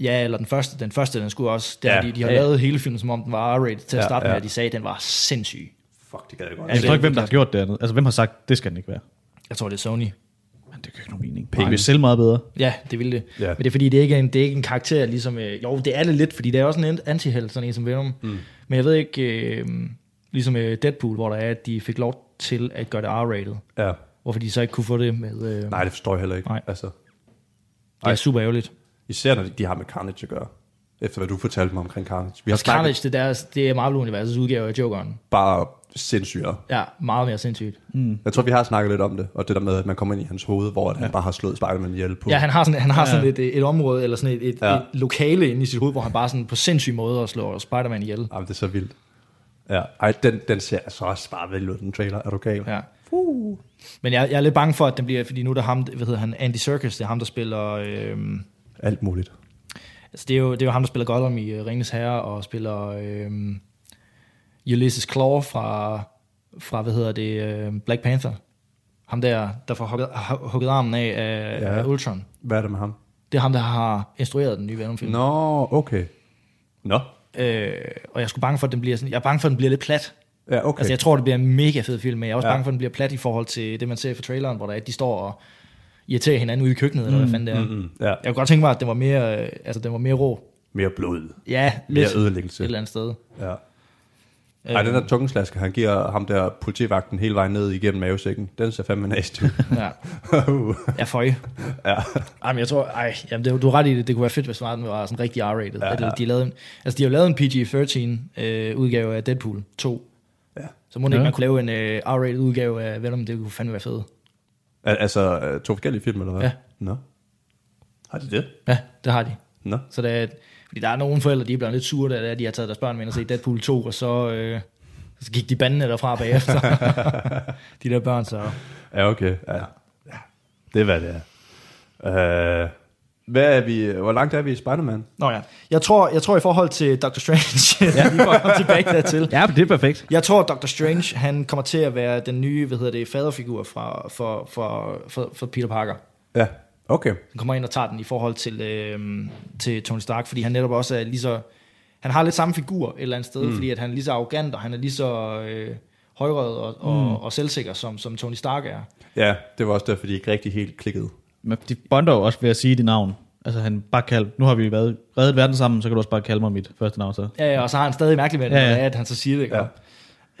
[SPEAKER 4] ja, eller den første, den første, den skulle også, der,
[SPEAKER 3] Ja,
[SPEAKER 4] ja, de, de har
[SPEAKER 2] ja.
[SPEAKER 4] ja. lavet hele filmen, som om den var R-rated til at
[SPEAKER 3] Ja,
[SPEAKER 4] starte med,
[SPEAKER 3] ja.
[SPEAKER 4] og de sagde, at den var sindssyg.
[SPEAKER 3] Fuck, det gad jeg godt.
[SPEAKER 2] Jeg tror ikke, hvem der har gjort det andet. Altså, hvem har sagt, det skal den ikke være?
[SPEAKER 4] Jeg tror, det er Sony.
[SPEAKER 2] Men det gør ikke nogen mening. Penge selv meget bedre.
[SPEAKER 4] Ja, det ville det.
[SPEAKER 3] Ja.
[SPEAKER 4] Ja. Men det er fordi, det er ikke en, det er ikke en karakter, ligesom... Øh, jo, det er det lidt, fordi det er også en antihelt, sådan en som Venom. Mm. Men jeg ved ikke, øh, ligesom øh, Deadpool, hvor der er, at de fik lov til at gøre det R-rated.
[SPEAKER 3] Ja.
[SPEAKER 4] Hvorfor de så ikke kunne få det med... Øh,
[SPEAKER 3] Nej, det forstår jeg heller ikke.
[SPEAKER 4] Nej.
[SPEAKER 3] Altså,
[SPEAKER 4] det er super ærgerligt.
[SPEAKER 3] især når de, de har med Carnage at gøre. Efter hvad du fortalte mig omkring Carnage. Vi har
[SPEAKER 4] Altså
[SPEAKER 3] snakket
[SPEAKER 4] Carnage, det, er deres, det er Marvel-universets udgave af Jokeren.
[SPEAKER 3] bare sindssygere.
[SPEAKER 4] Ja, meget mere sindssygt. Mm.
[SPEAKER 3] Jeg tror, vi har snakket lidt om det, og det der med, at man kommer ind i hans hoved, hvor at han bare har slået Spider-Man ihjel på.
[SPEAKER 4] Ja, han har sådan, han har sådan et, et område, eller sådan et, et,
[SPEAKER 3] Uh. Ja.
[SPEAKER 4] ja. et lokale inde i sit hoved, hvor han bare sådan på sindssyg måde slår Spider-Man ihjel.
[SPEAKER 3] Jamen, det er så vildt. Ja. Ej, den, den ser altså også bare vel ud, den trailer. Er du gal?
[SPEAKER 4] Ja. Men jeg, jeg er lidt bange for, at den bliver, fordi nu er der ham, hvad hedder han, Andy Serkis, det er ham, der spiller, øh,
[SPEAKER 3] Alt muligt.
[SPEAKER 4] altså det er, jo, det er jo ham, der spiller Gollum i uh, Ringens Herre, og spiller øh, Ulysses Claw fra, fra, hvad hedder det, øh, Black Panther. Ham der, der får hugget, hu- hugget armen af af,
[SPEAKER 3] Ja.
[SPEAKER 4] ja. af Ultron.
[SPEAKER 3] Hvad er det med ham?
[SPEAKER 4] Det er ham, der har instrueret den nye Venom-film.
[SPEAKER 3] Nå, okay. Nå.
[SPEAKER 4] Øh, og jeg er sgu bange for, at den bliver sådan, jeg er bange for, at den bliver lidt plat.
[SPEAKER 3] Ja, okay.
[SPEAKER 4] Altså, jeg tror, det bliver en mega fed film, men jeg er også
[SPEAKER 3] Ja.
[SPEAKER 4] ja. bange for, at den bliver plat i forhold til det, man ser fra traileren, hvor der er, at de står og irriterer hinanden ude i køkkenet, eller hvad fanden det er.
[SPEAKER 3] Mm, ja.
[SPEAKER 4] Jeg kunne godt tænke mig, at den var mere, øh, altså, den var mere rå.
[SPEAKER 3] Mere blod.
[SPEAKER 4] Ja,
[SPEAKER 3] Mere
[SPEAKER 4] lidt. Et
[SPEAKER 3] ødelæggelse.
[SPEAKER 4] eller andet Øh. sted.
[SPEAKER 3] Ja. Ej, den der tungeslaske, han giver ham der politivagten hele vejen ned igennem mavesækken. Den ser fandme næst ud.
[SPEAKER 4] Ja, ja føj.
[SPEAKER 3] ja.
[SPEAKER 4] Ej, men jeg tror, ej, jamen, det, du har ret i det. Det kunne være fedt, hvis den var sådan rigtig R-rated. Ja, ja. De, lavede en, altså, de har jo lavet en PG-13 øh, udgave af Deadpool 2.
[SPEAKER 3] Ja.
[SPEAKER 4] Så må det ikke,
[SPEAKER 2] Ja.
[SPEAKER 4] man kunne lave en øh, R-rated udgave af Venom. Det kunne fandme være fedt.
[SPEAKER 3] Al- altså, øh, to forskellige film, eller hvad?
[SPEAKER 4] Ja.
[SPEAKER 3] Nå. Har de det?
[SPEAKER 4] Ja, det har de.
[SPEAKER 3] Nå.
[SPEAKER 4] Så der er, fordi der er nogle forældre, de er blevet lidt sure, da det er, de har taget deres børn med ind og set Deadpool 2, og så, øh, så gik de bandene derfra bagefter. de der børn, så...
[SPEAKER 3] Ja, okay. Ja. ja. Det er, hvad det er. Øh, hvad er vi, hvor langt er vi i Spider-Man?
[SPEAKER 4] Nå ja. Jeg tror, jeg tror i forhold til Dr. Strange, ja. vi får komme tilbage dertil.
[SPEAKER 2] Ja, men det er perfekt.
[SPEAKER 4] Jeg tror, at Dr. Strange, han kommer til at være den nye, hvad hedder det, faderfigur fra, for, for, for, for Peter Parker.
[SPEAKER 3] Ja, okay.
[SPEAKER 4] Han kommer ind og tager den i forhold til, øh, til Tony Stark, fordi han netop også er lige så... Han har lidt samme figur et eller andet sted, mm. fordi at han er lige så arrogant, og han er lige så øh, højrøget og, og, mm. og selvsikker, som, som Tony Stark er.
[SPEAKER 3] Ja, det var også derfor, de ikke rigtig helt klikkede.
[SPEAKER 2] Men de bonder jo også ved at sige dit navn. Altså han bare kalder, nu har vi været reddet verden sammen, så kan du også bare kalde mig mit første navn så.
[SPEAKER 4] Ja, ja, og så har han stadig mærkeligt med det,
[SPEAKER 2] Ja,
[SPEAKER 4] ja,
[SPEAKER 2] ja.
[SPEAKER 4] ja. at han så siger det. Ikke?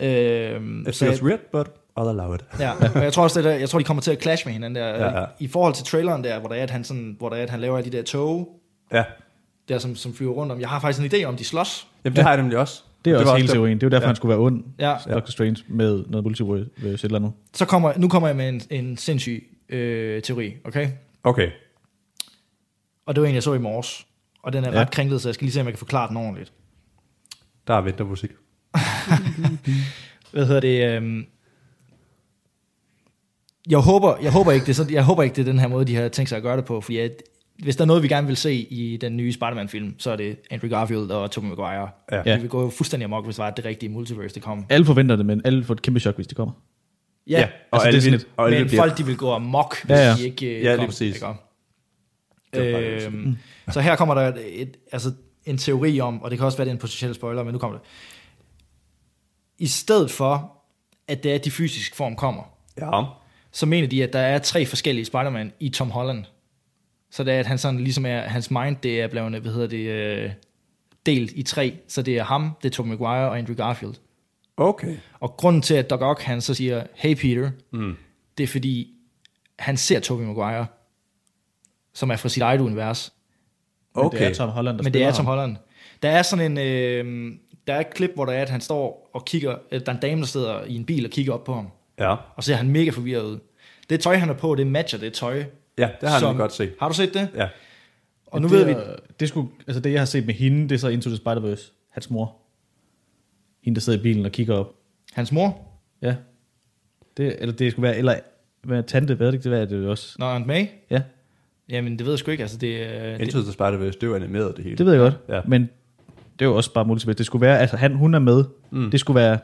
[SPEAKER 4] Ja. Øhm,
[SPEAKER 3] It
[SPEAKER 4] så jeg,
[SPEAKER 3] feels weird, but I'll allow it.
[SPEAKER 4] ja, og jeg tror også, det der, jeg tror, de kommer til at clash med hinanden der.
[SPEAKER 3] Ja, ja.
[SPEAKER 4] I forhold til traileren der, hvor der er, at han, sådan, hvor der er, at han laver alle de der tog,
[SPEAKER 3] Ja,
[SPEAKER 4] der som, som flyver rundt om. Jeg har faktisk en idé om, de slås.
[SPEAKER 3] Jamen, det har jeg nemlig også.
[SPEAKER 2] Det er
[SPEAKER 3] var
[SPEAKER 2] også hele
[SPEAKER 3] der-
[SPEAKER 2] teorien. Det er jo derfor,
[SPEAKER 3] Ja.
[SPEAKER 2] ja. han skulle være ond,
[SPEAKER 4] Ja.
[SPEAKER 2] ja. Dr. Strange, med noget multiverse øh, et eller andet.
[SPEAKER 4] Så kommer, nu kommer jeg med en, en sindssyg øh, teori, okay?
[SPEAKER 3] Okay,
[SPEAKER 4] Og det var en, jeg så i morges. Og den er
[SPEAKER 2] Ja.
[SPEAKER 4] ja. ret kringlet, så jeg skal lige se, om jeg kan forklare den ordentligt.
[SPEAKER 3] der er vintermusik.
[SPEAKER 4] Hvad hedder det? Øhm, jeg, håber, jeg, håber ikke, det er sådan, jeg håber ikke, det er den her måde, de har tænkt sig at gøre det på. Fordi at, hvis der er noget, vi gerne vil se i den nye Spider-Man-film, så er det Andrew Garfield og Tobey Maguire.
[SPEAKER 3] Ja.
[SPEAKER 4] De vil gå fuldstændig amok, hvis det var at det rigtige multiverse, det kom.
[SPEAKER 2] Alle forventer det, men alle får et kæmpe chok, hvis det kommer.
[SPEAKER 4] Ja, ja
[SPEAKER 2] altså,
[SPEAKER 3] og alle
[SPEAKER 2] det er sådan
[SPEAKER 3] vil-
[SPEAKER 2] et-
[SPEAKER 3] og alle
[SPEAKER 4] men
[SPEAKER 3] bliver-
[SPEAKER 4] folk, de vil gå amok, hvis
[SPEAKER 2] Ja,
[SPEAKER 4] ja,
[SPEAKER 2] ja.
[SPEAKER 4] ja. de ikke øh,
[SPEAKER 3] Ja, lige
[SPEAKER 4] kom,
[SPEAKER 3] præcis.
[SPEAKER 4] ikke?
[SPEAKER 3] Det Mm. var faktisk-
[SPEAKER 4] Øhm, så her kommer der et, et, altså en teori om, og det kan også være, det er en potentiel spoiler, men nu kommer det. I stedet for, at det er, at de fysisk form kommer,
[SPEAKER 3] Ja,
[SPEAKER 4] så mener de, at der er tre forskellige Spider-Man i Tom Holland. Så det er, at han sådan ligesom er, hans mind, det er blevet, hvad hedder det, øh, delt i tre. Så det er ham, det er Tobey Maguire og Andrew Garfield.
[SPEAKER 3] okay.
[SPEAKER 4] Og grunden til, at Doc Ock, han så siger, hey Peter, mm. det er fordi, han ser Tobey Maguire, som er fra sit eget univers,
[SPEAKER 2] Men
[SPEAKER 3] Okay.
[SPEAKER 2] det er Tom Holland, der
[SPEAKER 4] men det
[SPEAKER 2] spiller
[SPEAKER 4] er Tom
[SPEAKER 2] ham.
[SPEAKER 4] Holland. Der er sådan en, øh, der er et klip, hvor der er, at han står og kigger, øh, der er en dame, der sidder i en bil og kigger op på ham,
[SPEAKER 3] Ja,
[SPEAKER 4] og ser han mega forvirret ud. Det tøj, han er på, det matcher det tøj.
[SPEAKER 3] ja det har jeg nemlig godt set.
[SPEAKER 4] Har du set det?
[SPEAKER 3] Ja.
[SPEAKER 4] Og nu ved vi,
[SPEAKER 2] Det, er- det, skulle, altså det, jeg har set med hende, det er så Into the Spider-Verse, hans mor. Hende, der sidder i bilen og kigger op.
[SPEAKER 4] hans mor,
[SPEAKER 2] Ja. Det, eller det skulle være, eller hvad, tante, hvad er det, det var det også.
[SPEAKER 4] Nå, Aunt May?
[SPEAKER 2] Ja,
[SPEAKER 4] Jamen, det ved jeg sgu ikke. Altså, det, øh, det,
[SPEAKER 3] Intet Spider Verse, det var animeret det hele.
[SPEAKER 2] det ved jeg godt.
[SPEAKER 3] Ja.
[SPEAKER 2] Men det er jo også bare multiplayer. Det skulle være, altså han, hun er med. Mm. Det skulle være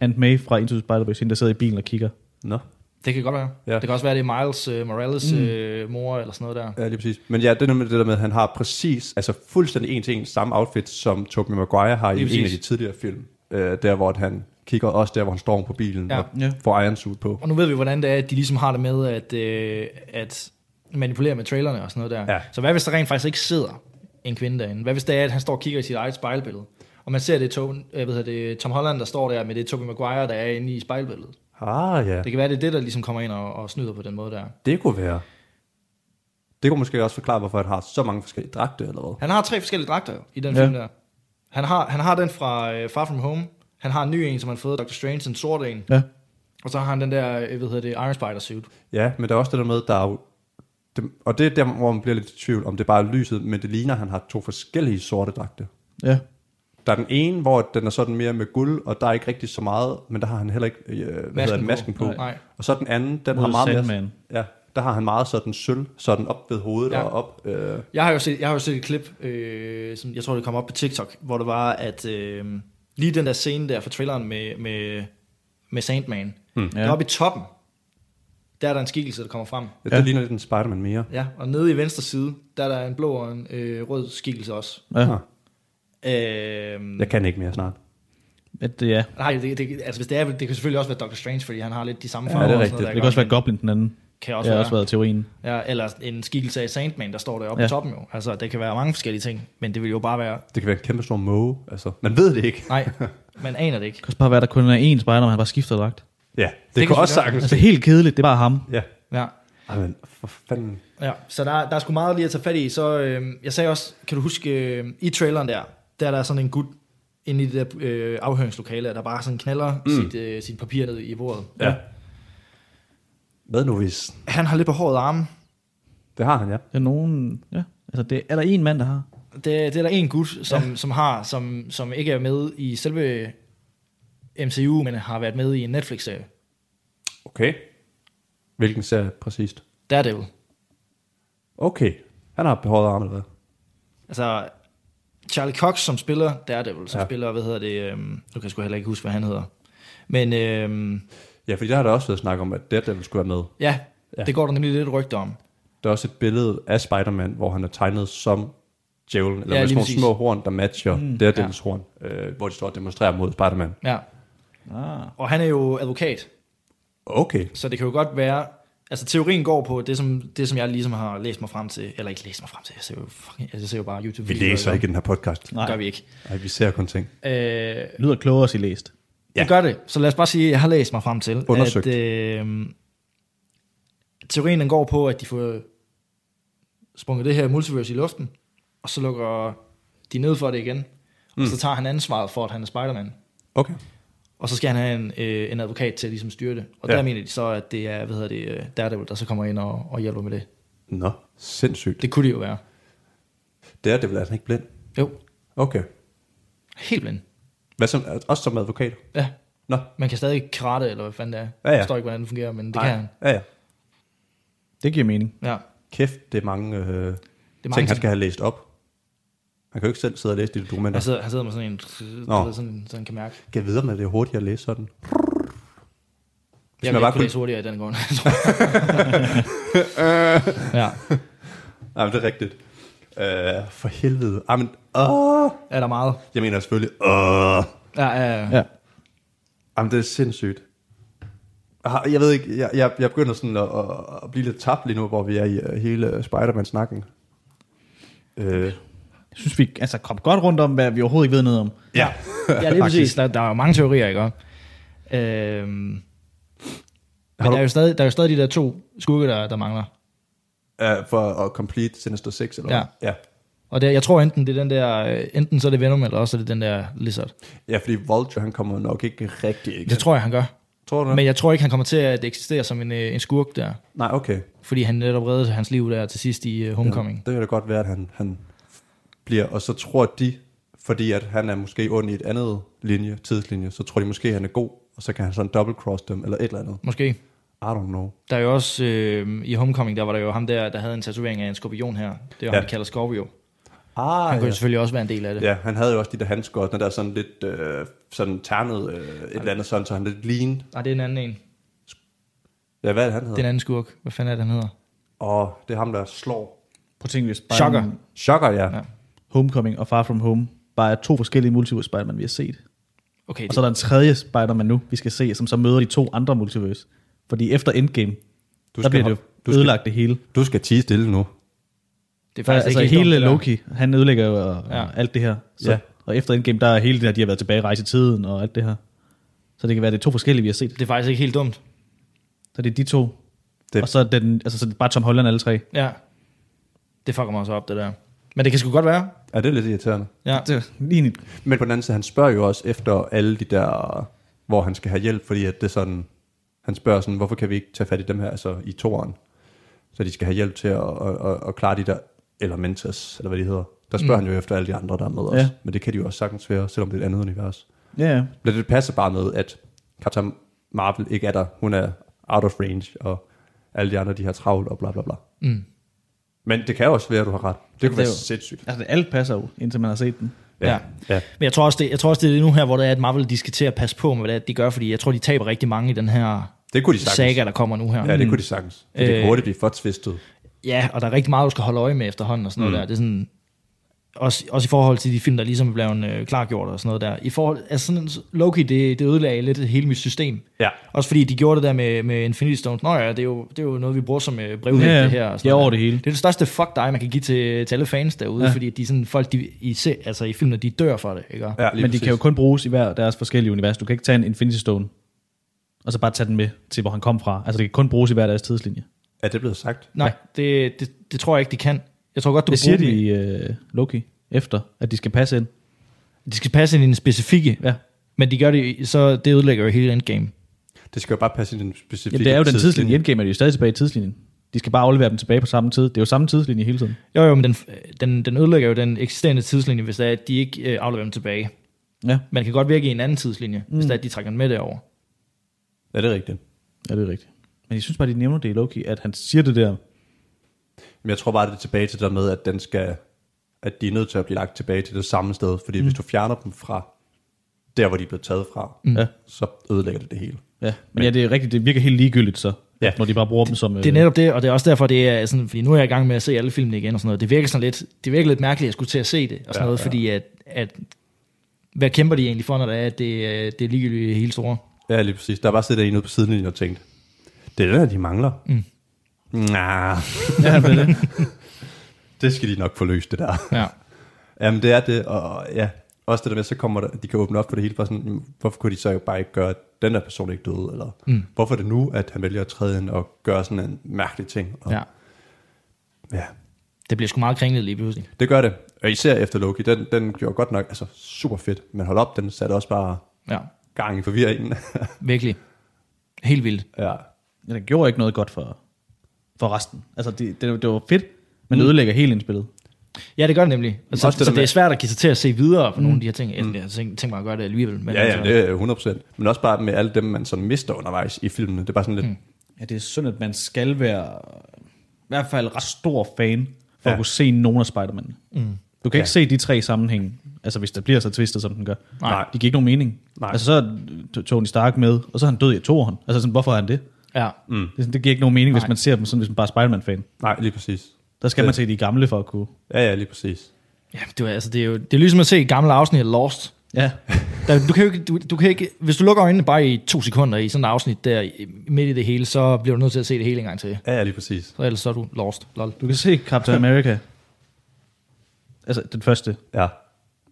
[SPEAKER 2] Aunt May fra Into the Spider-Verse, hende der sidder i bilen og kigger.
[SPEAKER 3] Nå,
[SPEAKER 4] det kan godt være.
[SPEAKER 3] Ja.
[SPEAKER 4] Ja. Det kan også være, det er Miles øh, Morales øh, mor eller sådan noget der.
[SPEAKER 3] ja, lige præcis. Men ja, det er nemlig det der med, at han har præcis, altså fuldstændig en til en samme outfit, som Tobey Maguire har i en
[SPEAKER 4] Lige
[SPEAKER 3] af
[SPEAKER 4] præcis.
[SPEAKER 3] de tidligere film. Øh, der, hvor at han kigger også der, hvor han står oven på bilen
[SPEAKER 4] Ja.
[SPEAKER 3] ja. og
[SPEAKER 2] Ja.
[SPEAKER 3] får Iron Suit på.
[SPEAKER 4] Og nu ved vi, hvordan det er, at de ligesom har det med at, øh, at manipulere med trailerne og sådan noget der.
[SPEAKER 3] Ja.
[SPEAKER 4] Så hvad hvis der rent faktisk ikke sidder en kvinde derinde? Hvad hvis det er, at han står og kigger i sit eget spejlbillede? Og man ser, det er, Tom, jeg ved, det er Tom Holland, der står der, men det er Tobey Maguire, der er inde i spejlbilledet.
[SPEAKER 3] Ah ja,
[SPEAKER 4] Det kan være, det er det, der ligesom kommer ind og, og snyder på den måde der.
[SPEAKER 3] det kunne være. Det kunne måske også forklare, hvorfor han har så mange forskellige dragter eller hvad.
[SPEAKER 4] Han har tre forskellige dragter i den
[SPEAKER 2] Ja.
[SPEAKER 4] ja. film der. Han har, han har den fra øh, Far From Home. Han har en ny en, som han har fået af Dr. Strange, en sort en.
[SPEAKER 2] Ja.
[SPEAKER 4] Og så har han den der, øh, hvad hedder det, Iron Spider suit.
[SPEAKER 3] Ja, men der er også det der med, der er jo, det, og det er der, hvor man bliver lidt i tvivl, om det bare er lyset, men det ligner, at han har to forskellige sorte dragte.
[SPEAKER 2] Ja.
[SPEAKER 3] Der er den ene, hvor den er sådan mere med guld, og der er ikke rigtig så meget, men der har han heller ikke øh, hvad masken, hedder, det, masken på.
[SPEAKER 4] Nej.
[SPEAKER 3] Og så den anden, den
[SPEAKER 2] Mod
[SPEAKER 3] har meget mere,
[SPEAKER 2] Sandman.
[SPEAKER 3] ja, der har han meget sådan sølv, sådan op ved hovedet ja.
[SPEAKER 4] Ja.
[SPEAKER 3] og op. Øh,
[SPEAKER 4] Jeg har jo set, jeg har jo set et klip, øh, som jeg tror, det kom op på TikTok, hvor det var, at øh, lige den der scene der fra traileren med, med, med Sandman, hmm,
[SPEAKER 2] ja.
[SPEAKER 4] ja. oppe i toppen, der er der en skikkelse, der kommer frem.
[SPEAKER 3] ja.
[SPEAKER 2] Ja.
[SPEAKER 3] Det ligner lidt en Spider-Man mere.
[SPEAKER 4] Ja, og nede i venstre side, der er der en blå og en øh, rød skikkelse også.
[SPEAKER 2] Ja.
[SPEAKER 3] Nå,
[SPEAKER 4] Øh,
[SPEAKER 3] Jeg kan ikke mere snart.
[SPEAKER 2] At, ja.
[SPEAKER 4] Nej, det, det, altså hvis det er, det kan selvfølgelig også være Doctor Strange, fordi han har lidt de samme
[SPEAKER 3] Ja,
[SPEAKER 4] farver.
[SPEAKER 3] det er
[SPEAKER 4] og
[SPEAKER 3] rigtigt.
[SPEAKER 4] sådan noget, der,
[SPEAKER 2] Det kan også være
[SPEAKER 4] ikke?
[SPEAKER 2] Goblin den anden.
[SPEAKER 4] Kan
[SPEAKER 2] Også
[SPEAKER 4] også
[SPEAKER 2] det har
[SPEAKER 4] være.
[SPEAKER 2] også været teorien.
[SPEAKER 4] Ja, eller en skikkelse af Sandman, der står deroppe
[SPEAKER 2] Ja.
[SPEAKER 4] ja. på toppen jo. Altså, det kan være mange forskellige ting, men det vil jo bare være...
[SPEAKER 3] Det kan være en kæmpe stor måge, altså. Man ved det ikke.
[SPEAKER 4] Nej, man aner det ikke.
[SPEAKER 2] Det kan også bare være, der kun er én spider, han bare skifter dragt.
[SPEAKER 3] Ja, det,
[SPEAKER 4] kan
[SPEAKER 3] det kan også
[SPEAKER 4] selvfølgelig
[SPEAKER 3] sagtens.
[SPEAKER 2] Altså helt kedeligt, det er bare ham.
[SPEAKER 3] Ja.
[SPEAKER 4] Ja,
[SPEAKER 3] Ej, men for fanden.
[SPEAKER 4] ja. så der, der er sgu meget lige at tage fat i. Så øh, jeg sagde også, kan du huske, øh, i traileren der, der er der sådan en gut inde i det der øh, afhøringslokale, der bare sådan knaller mm. sit, øh, sit papir ned i bordet.
[SPEAKER 3] Ja. Hvad nu hvis?
[SPEAKER 4] Han har lidt behåret arme.
[SPEAKER 3] Det har han, ja.
[SPEAKER 2] Det er nogen... Ja. Altså, det er der en mand, der har.
[SPEAKER 4] Det, det er der en gut, som, ja. som har, som, som ikke er med i selve MCU, men har været med i en Netflix-serie.
[SPEAKER 3] Okay. Hvilken serie præcist?
[SPEAKER 4] Daredevil.
[SPEAKER 3] Okay. Han har behåret arm, eller hvad?
[SPEAKER 4] Altså, Charlie Cox, som spiller Daredevil, som
[SPEAKER 3] Ja.
[SPEAKER 4] ja. spiller, hvad hedder det, øhm, nu kan jeg sgu heller ikke huske, hvad han hedder. Men øhm,
[SPEAKER 3] Ja, fordi der har der også været snak om, at Daredevil skulle være med.
[SPEAKER 4] ja,
[SPEAKER 3] Ja.
[SPEAKER 4] ja, det går der nemlig lidt rygte om.
[SPEAKER 3] Der er også et billede af Spider-Man, hvor han er tegnet som djævlen, eller
[SPEAKER 4] Ja,
[SPEAKER 3] ja, med
[SPEAKER 4] lige
[SPEAKER 3] sådan nogle
[SPEAKER 4] præcis.
[SPEAKER 3] små horn, der matcher mm, Daredevils ja. horn, øh, hvor de står og demonstrerer mod Spider-Man.
[SPEAKER 4] Ja.
[SPEAKER 2] Ah.
[SPEAKER 4] Og han er jo advokat,
[SPEAKER 3] Okay.
[SPEAKER 4] så det kan jo godt være... Altså, teorien går på det, som, det, som jeg ligesom har læst mig frem til. Eller ikke læst mig frem til, jeg ser jo, fucking, altså, jeg ser jo bare youtube
[SPEAKER 3] Vi læser ikke den her podcast.
[SPEAKER 4] Nej. Det gør vi ikke.
[SPEAKER 3] Nej, vi ser kun ting.
[SPEAKER 4] Øh,
[SPEAKER 2] Det lyder klogere, at I læst.
[SPEAKER 3] Ja.
[SPEAKER 4] Ja. Det gør det. Så lad os bare sige, at jeg har læst mig frem til,
[SPEAKER 3] Undersøgt.
[SPEAKER 4] at øh, teorien den går på, at de får sprunget det her multiverse i luften, og så lukker de ned for det igen, mm. og så tager han ansvaret for, at han er Spider-Man.
[SPEAKER 3] Okay.
[SPEAKER 4] Og så skal han have en, øh, en advokat til at ligesom styre det. Og
[SPEAKER 3] Ja.
[SPEAKER 4] ja. der mener de så, at det er, hvad hedder det, øh, Daredevil, der så kommer ind og, og hjælper med det.
[SPEAKER 3] Nå, sindssygt.
[SPEAKER 4] Det kunne det jo være.
[SPEAKER 3] Daredevil er han ikke blind.
[SPEAKER 4] Jo,
[SPEAKER 3] Okay.
[SPEAKER 4] helt blind.
[SPEAKER 3] Hvad som, også som advokat?
[SPEAKER 4] Ja,
[SPEAKER 3] Nå,
[SPEAKER 4] man kan stadig kratte, eller hvad fanden det er.
[SPEAKER 3] Ja, ja.
[SPEAKER 4] Jeg forstår ikke, hvordan det fungerer, men det Ej. kan han.
[SPEAKER 3] Ja, ja.
[SPEAKER 2] Det giver mening.
[SPEAKER 4] Ja.
[SPEAKER 3] Kæft, det er mange, øh, det er mange ting,
[SPEAKER 4] ting.
[SPEAKER 3] han skal have læst op. Han kan jo ikke selv sidde og læse de dokumenter.
[SPEAKER 4] Han
[SPEAKER 3] Altså,
[SPEAKER 4] sidder, han sidder med sådan en,
[SPEAKER 3] Nå.
[SPEAKER 4] du ved, sådan, sådan kan mærke.
[SPEAKER 3] kan videre med det er hurtigt at læse sådan. Hvis
[SPEAKER 4] Jeg
[SPEAKER 3] man bare
[SPEAKER 4] vil ikke kunne
[SPEAKER 3] kunne...
[SPEAKER 4] læse hurtigere i den grund, tror jeg. ja.
[SPEAKER 3] Nej, men det er rigtigt. Øh, for helvede. Ej, men, åh!
[SPEAKER 4] Er der meget?
[SPEAKER 3] Jeg mener selvfølgelig, åh!
[SPEAKER 4] Ja, ja, ja.
[SPEAKER 2] Ja.
[SPEAKER 3] Ej, men det er sindssygt. Ah, Jeg ved ikke, jeg, jeg, jeg begynder sådan at, at, at blive lidt tabt lige nu, hvor vi er i øh, hele Spider-Man-snakken. Øh,
[SPEAKER 2] Jeg synes, vi altså, kom godt rundt om, hvad vi overhovedet ikke ved noget om.
[SPEAKER 3] ja.
[SPEAKER 4] ja lige præcis. Der, der er jo mange teorier, ikke? også? Øhm, men
[SPEAKER 3] du-
[SPEAKER 4] der er, jo stadig, der er jo stadig de der to skurke, der, der mangler.
[SPEAKER 3] Øh, for at complete Sinister 6, eller
[SPEAKER 4] Ja.
[SPEAKER 3] hvad? Ja.
[SPEAKER 4] Og det, jeg tror enten det er den der, øh, enten så er det Venom, eller også er det den der Lizard.
[SPEAKER 3] Ja, fordi Vulture, han kommer nok ikke rigtig igen.
[SPEAKER 4] Det tror jeg, han gør.
[SPEAKER 3] tror du det?
[SPEAKER 4] Men jeg tror ikke, han kommer til at eksistere som en, øh, en skurk der.
[SPEAKER 3] Nej, okay.
[SPEAKER 4] Fordi han netop reddede hans liv der til sidst i øh, Homecoming.
[SPEAKER 3] Det kan da godt være, at han, han bliver, og så tror de, fordi at han er måske ond i et andet linje, tidslinje, så tror de måske, at han er god, og og så kan han sådan double-cross dem, eller et eller andet.
[SPEAKER 4] Måske.
[SPEAKER 3] I don't know.
[SPEAKER 4] Der er jo også, øh, i Homecoming, der var der jo ham der, der havde en tatovering af en skorpion her. Det er jo ja.
[SPEAKER 3] Ja.
[SPEAKER 4] ham, de kalder Scorpio.
[SPEAKER 3] Ah,
[SPEAKER 4] Han
[SPEAKER 3] ja.
[SPEAKER 4] kunne jo selvfølgelig også være en del af det.
[SPEAKER 3] ja. han havde jo også de der handsker, den der sådan lidt øh, sådan ternet øh, et eller andet sådan, så han lidt lean.
[SPEAKER 4] Nej, Ah, det er en anden en.
[SPEAKER 3] Ja, hvad er det, han
[SPEAKER 4] Det er en
[SPEAKER 3] hedder?
[SPEAKER 4] anden skurk. Hvad fanden er det, han hedder?
[SPEAKER 3] Og det er ham, der slår.
[SPEAKER 2] Prøv at tænke, hvis bare
[SPEAKER 4] Shocker.
[SPEAKER 2] en
[SPEAKER 3] Shocker, ja.
[SPEAKER 4] Ja.
[SPEAKER 3] ja.
[SPEAKER 2] Homecoming og Far From Home bare er to forskellige multiverse Spider-Man, vi har set.
[SPEAKER 4] Okay,
[SPEAKER 3] Altså,
[SPEAKER 2] Og så er der en tredje Spider-Man nu, vi skal se, som så møder de to andre multiverse. Fordi efter Endgame, du der
[SPEAKER 3] skal
[SPEAKER 2] bliver det
[SPEAKER 3] hop- du
[SPEAKER 2] jo
[SPEAKER 3] skal-
[SPEAKER 2] ødelagt det hele.
[SPEAKER 3] Du skal tige stille nu.
[SPEAKER 4] det er
[SPEAKER 2] For,
[SPEAKER 4] faktisk
[SPEAKER 2] altså
[SPEAKER 4] ikke
[SPEAKER 2] hele
[SPEAKER 4] helt dumt, det der.
[SPEAKER 2] Loki, han ødelægger jo og,
[SPEAKER 4] Ja.
[SPEAKER 2] og alt det her. Så,
[SPEAKER 3] Ja.
[SPEAKER 2] Og efter Endgame, der er hele det her, de har været tilbage i rejsetiden og alt det her. Så det kan være, det er to forskellige, vi har set.
[SPEAKER 4] Det er faktisk ikke helt dumt.
[SPEAKER 2] Så det er de to.
[SPEAKER 3] Det-
[SPEAKER 2] Det. Og så er, den, altså, så er det bare Tom Holland alle tre.
[SPEAKER 4] Ja. Det fucker mig også op, det der. Men det kan sgu godt være.
[SPEAKER 3] Ja, det er lidt irriterende.
[SPEAKER 4] Ja.
[SPEAKER 2] Det er lige en-
[SPEAKER 3] Men på den anden side, han spørger jo også efter alle de der, hvor han skal have hjælp, fordi at det er sådan, han spørger sådan, hvorfor kan vi ikke tage fat i dem her, altså i toeren, så de skal have hjælp til at, at, at, at klare de der elementers, eller hvad de hedder. Der spørger mm. han jo efter alle de andre, der er med os.
[SPEAKER 2] Ja.
[SPEAKER 3] Men det kan de jo også sagtens være, selvom det er et andet univers.
[SPEAKER 2] Ja, ja.
[SPEAKER 3] Men det passer bare med, at Captain Marvel ikke er der. Hun er out of range, og alle de andre, de har travlt, og bla bla bla.
[SPEAKER 4] Mm.
[SPEAKER 3] Men det kan også være, at du har ret. Det kunne
[SPEAKER 2] det
[SPEAKER 3] være
[SPEAKER 2] er jo-
[SPEAKER 3] sindssygt.
[SPEAKER 2] Altså, alt passer jo, indtil man har set den.
[SPEAKER 4] Ja.
[SPEAKER 3] ja.
[SPEAKER 4] Men jeg tror, også, det, jeg tror også, det er nu her, hvor det er, at Marvel de skal til at passe på med, hvad det er, de gør, fordi jeg tror, de taber rigtig mange i den her
[SPEAKER 3] Det kunne de sagtens.
[SPEAKER 4] saga, der kommer nu her.
[SPEAKER 2] Mm.
[SPEAKER 3] Ja, det kunne de sagtens. For det
[SPEAKER 4] Øh.
[SPEAKER 3] kunne hurtigt blive for tvistet.
[SPEAKER 4] ja, og der er rigtig meget, du skal holde øje med efterhånden og sådan noget mm. der. Det er sådan, også, også i forhold til de film, der ligesom blev øh, klargjort og sådan noget der. I forhold, altså sådan, Loki, det, det ødelagde lidt hele mit system.
[SPEAKER 3] Ja.
[SPEAKER 4] Også fordi de gjorde det der med, med Infinity Stones. Nå ja, det er jo, det er jo noget, vi bruger som øh, brevhæfte
[SPEAKER 2] Ja, ja.
[SPEAKER 4] her. Og sådan
[SPEAKER 2] Det er
[SPEAKER 4] noget
[SPEAKER 2] over
[SPEAKER 4] der.
[SPEAKER 2] det hele.
[SPEAKER 4] Det er det største fuck dig, man kan give til, til alle fans derude, ja.
[SPEAKER 2] Ja.
[SPEAKER 4] fordi de er sådan, folk de, i, se, altså, i filmene, de dør for det. Ikke?
[SPEAKER 3] Ja,
[SPEAKER 2] Men de kan jo kun bruges i hver deres forskellige univers. Du kan ikke tage en Infinity Stone, og så bare tage den med til, hvor han kom fra. Altså, det kan kun bruges i hver deres tidslinje.
[SPEAKER 3] Er det blevet sagt?
[SPEAKER 4] Nej, det, det, det tror jeg ikke, de kan. Jeg tror godt, du
[SPEAKER 2] Det
[SPEAKER 4] kan
[SPEAKER 2] siger de
[SPEAKER 4] bruge dem i-
[SPEAKER 2] i øh, Loki efter, at de skal passe ind.
[SPEAKER 4] De skal passe ind i en specifikke,
[SPEAKER 2] Ja.
[SPEAKER 4] men de gør det, i- så det ødelægger jo hele endgame.
[SPEAKER 3] Det skal jo bare passe ind i den specifikke
[SPEAKER 2] Jamen, det er jo den tidslinje. I Endgame er de jo stadig tilbage i tidslinjen. De skal bare aflevere dem tilbage på samme tid. Det er jo samme tidslinje hele tiden.
[SPEAKER 4] Jo jo, men den, den, den ødelægger jo den eksisterende tidslinje, hvis det er, at de ikke øh, afleverer dem tilbage.
[SPEAKER 2] Ja,
[SPEAKER 4] Man kan godt virke i en anden tidslinje, mm. hvis det er, at de trækker den med derover.
[SPEAKER 3] Ja, det er rigtigt.
[SPEAKER 2] ja det er rigtigt. Men jeg synes bare, de nævner det i Loki, at han siger det der.
[SPEAKER 3] Men jeg tror bare, det er tilbage til det der med, at den skal at de er nødt til at blive lagt tilbage til det samme sted, fordi mm. hvis du fjerner dem fra der, hvor de er blevet taget fra, mm.
[SPEAKER 2] Ja.
[SPEAKER 3] så ødelægger det det hele.
[SPEAKER 2] Ja, men ja, det er rigtigt. Det virker helt ligegyldigt så,
[SPEAKER 3] Ja.
[SPEAKER 2] ja. når de bare bruger dem som... øh,
[SPEAKER 4] Det er netop det, og det er også derfor, det er sådan, fordi nu er jeg i gang med at se alle filmene igen og sådan noget. Det virker sådan lidt, det virker lidt mærkeligt, at jeg skulle til at se det og sådan ja,
[SPEAKER 3] Ja,
[SPEAKER 4] noget,
[SPEAKER 3] ja.
[SPEAKER 4] fordi at, at, hvad kæmper de egentlig for, når det er, at det, er- det er ligegyldigt hele store?
[SPEAKER 3] Ja, lige præcis. Der er bare siddet en ude på sidelinjen og tænkt, det er den her, de mangler. Mm. Nah,
[SPEAKER 2] Ja, det er det.
[SPEAKER 3] det skal de nok få løst, det der.
[SPEAKER 4] Ja.
[SPEAKER 3] Jamen, det er det, og ja, også det der med, så kommer der, de kan åbne op for det hele, for sådan, jamen, hvorfor kunne de så bare ikke gøre, at den der person ikke døde, eller mm. hvorfor er det nu, at han vælger at træde ind og gøre sådan en mærkelig ting? Og,
[SPEAKER 4] ja.
[SPEAKER 3] ja.
[SPEAKER 4] Det bliver sgu meget kringlet lige pludselig.
[SPEAKER 3] Det gør det, og især efter Loki, den, den gjorde godt nok, altså super fedt, men hold op, den satte også bare
[SPEAKER 4] Ja,
[SPEAKER 3] gang i forvirringen.
[SPEAKER 4] virkelig. Helt vildt.
[SPEAKER 3] ja.
[SPEAKER 2] Ja, den gjorde ikke noget godt for, for resten. Altså, det, det, det var fedt, men det ødelægger helt indspillet.
[SPEAKER 4] Ja, det gør det nemlig. Og så,
[SPEAKER 3] Også
[SPEAKER 4] det,
[SPEAKER 3] det
[SPEAKER 4] så
[SPEAKER 3] der
[SPEAKER 4] det er
[SPEAKER 3] med-
[SPEAKER 4] svært at give sig til at se videre på mm. nogle af de her ting. Jeg, jeg tænker, tænker mig at gøre det alligevel. Men
[SPEAKER 3] Ja, ja,
[SPEAKER 4] altså,
[SPEAKER 3] det er 100%. Men også bare med alle dem, man sådan mister undervejs i filmene. Det er bare sådan lidt, mm.
[SPEAKER 2] Ja, det er synd, at man skal være i hvert fald ret stor fan for ja.
[SPEAKER 3] Ja.
[SPEAKER 2] at kunne se nogen af Spider-Man. Mm. Du kan ikke
[SPEAKER 3] Ja.
[SPEAKER 2] se de tre sammenhæng, altså hvis der bliver så twistet, som den gør.
[SPEAKER 4] Nej.
[SPEAKER 2] Det giver ikke nogen mening.
[SPEAKER 3] Nej.
[SPEAKER 2] Altså så er T- Tony Stark med, og så er han død i toeren. Altså sådan, hvorfor er han det?
[SPEAKER 4] Ja.
[SPEAKER 2] Mm. Det, er sådan, det giver ikke nogen mening, Nej.
[SPEAKER 4] Nej.
[SPEAKER 2] hvis man ser dem sådan, hvis man bare er Spider-Man-fan.
[SPEAKER 3] nej, lige præcis.
[SPEAKER 2] Der skal
[SPEAKER 3] Det-
[SPEAKER 2] man se de gamle for at kunne...
[SPEAKER 3] Ja, ja, lige præcis.
[SPEAKER 4] ja det, er, altså, det, er jo, det er ligesom at se et gammelt afsnit af Lost.
[SPEAKER 2] Ja,
[SPEAKER 4] Der, du kan jo ikke, du, du kan ikke, hvis du lukker øjnene bare i to sekunder i sådan et afsnit der i- midt i det hele, så bliver du nødt til at se det hele en gang til.
[SPEAKER 3] Ja, ja, lige præcis.
[SPEAKER 4] Så ellers så er du lost. Lol.
[SPEAKER 2] du kan se Captain America. Altså den første.
[SPEAKER 3] Ja.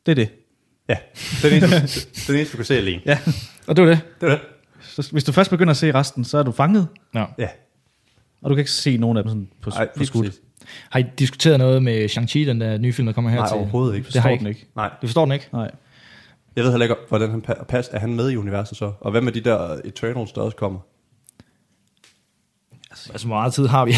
[SPEAKER 2] Det er det.
[SPEAKER 3] Ja, det er den eneste, det er den eneste du kan se alene.
[SPEAKER 2] Ja.
[SPEAKER 4] Og det var det.
[SPEAKER 3] Det er det.
[SPEAKER 2] Så hvis du først begynder at se resten, så er du fanget,
[SPEAKER 4] Ja.
[SPEAKER 3] Ja,
[SPEAKER 2] og du kan ikke se nogen af dem sådan på,
[SPEAKER 3] Ej,
[SPEAKER 2] på
[SPEAKER 3] lige
[SPEAKER 2] skud.
[SPEAKER 3] præcis.
[SPEAKER 4] Har I diskuteret noget med Shang-Chi, den der nye film, der kommer her
[SPEAKER 3] Nej,
[SPEAKER 4] til?
[SPEAKER 3] overhovedet ikke.
[SPEAKER 4] Det har
[SPEAKER 2] Forstår
[SPEAKER 4] jeg
[SPEAKER 2] den
[SPEAKER 4] ikke.
[SPEAKER 2] ikke.
[SPEAKER 3] Nej,
[SPEAKER 4] Du forstår den ikke?
[SPEAKER 2] Nej.
[SPEAKER 3] jeg ved heller ikke, hvordan han pa- passer. Er han med i universet så? Og hvad med de der Eternals, der også kommer?
[SPEAKER 4] Altså, hvor meget tid har vi?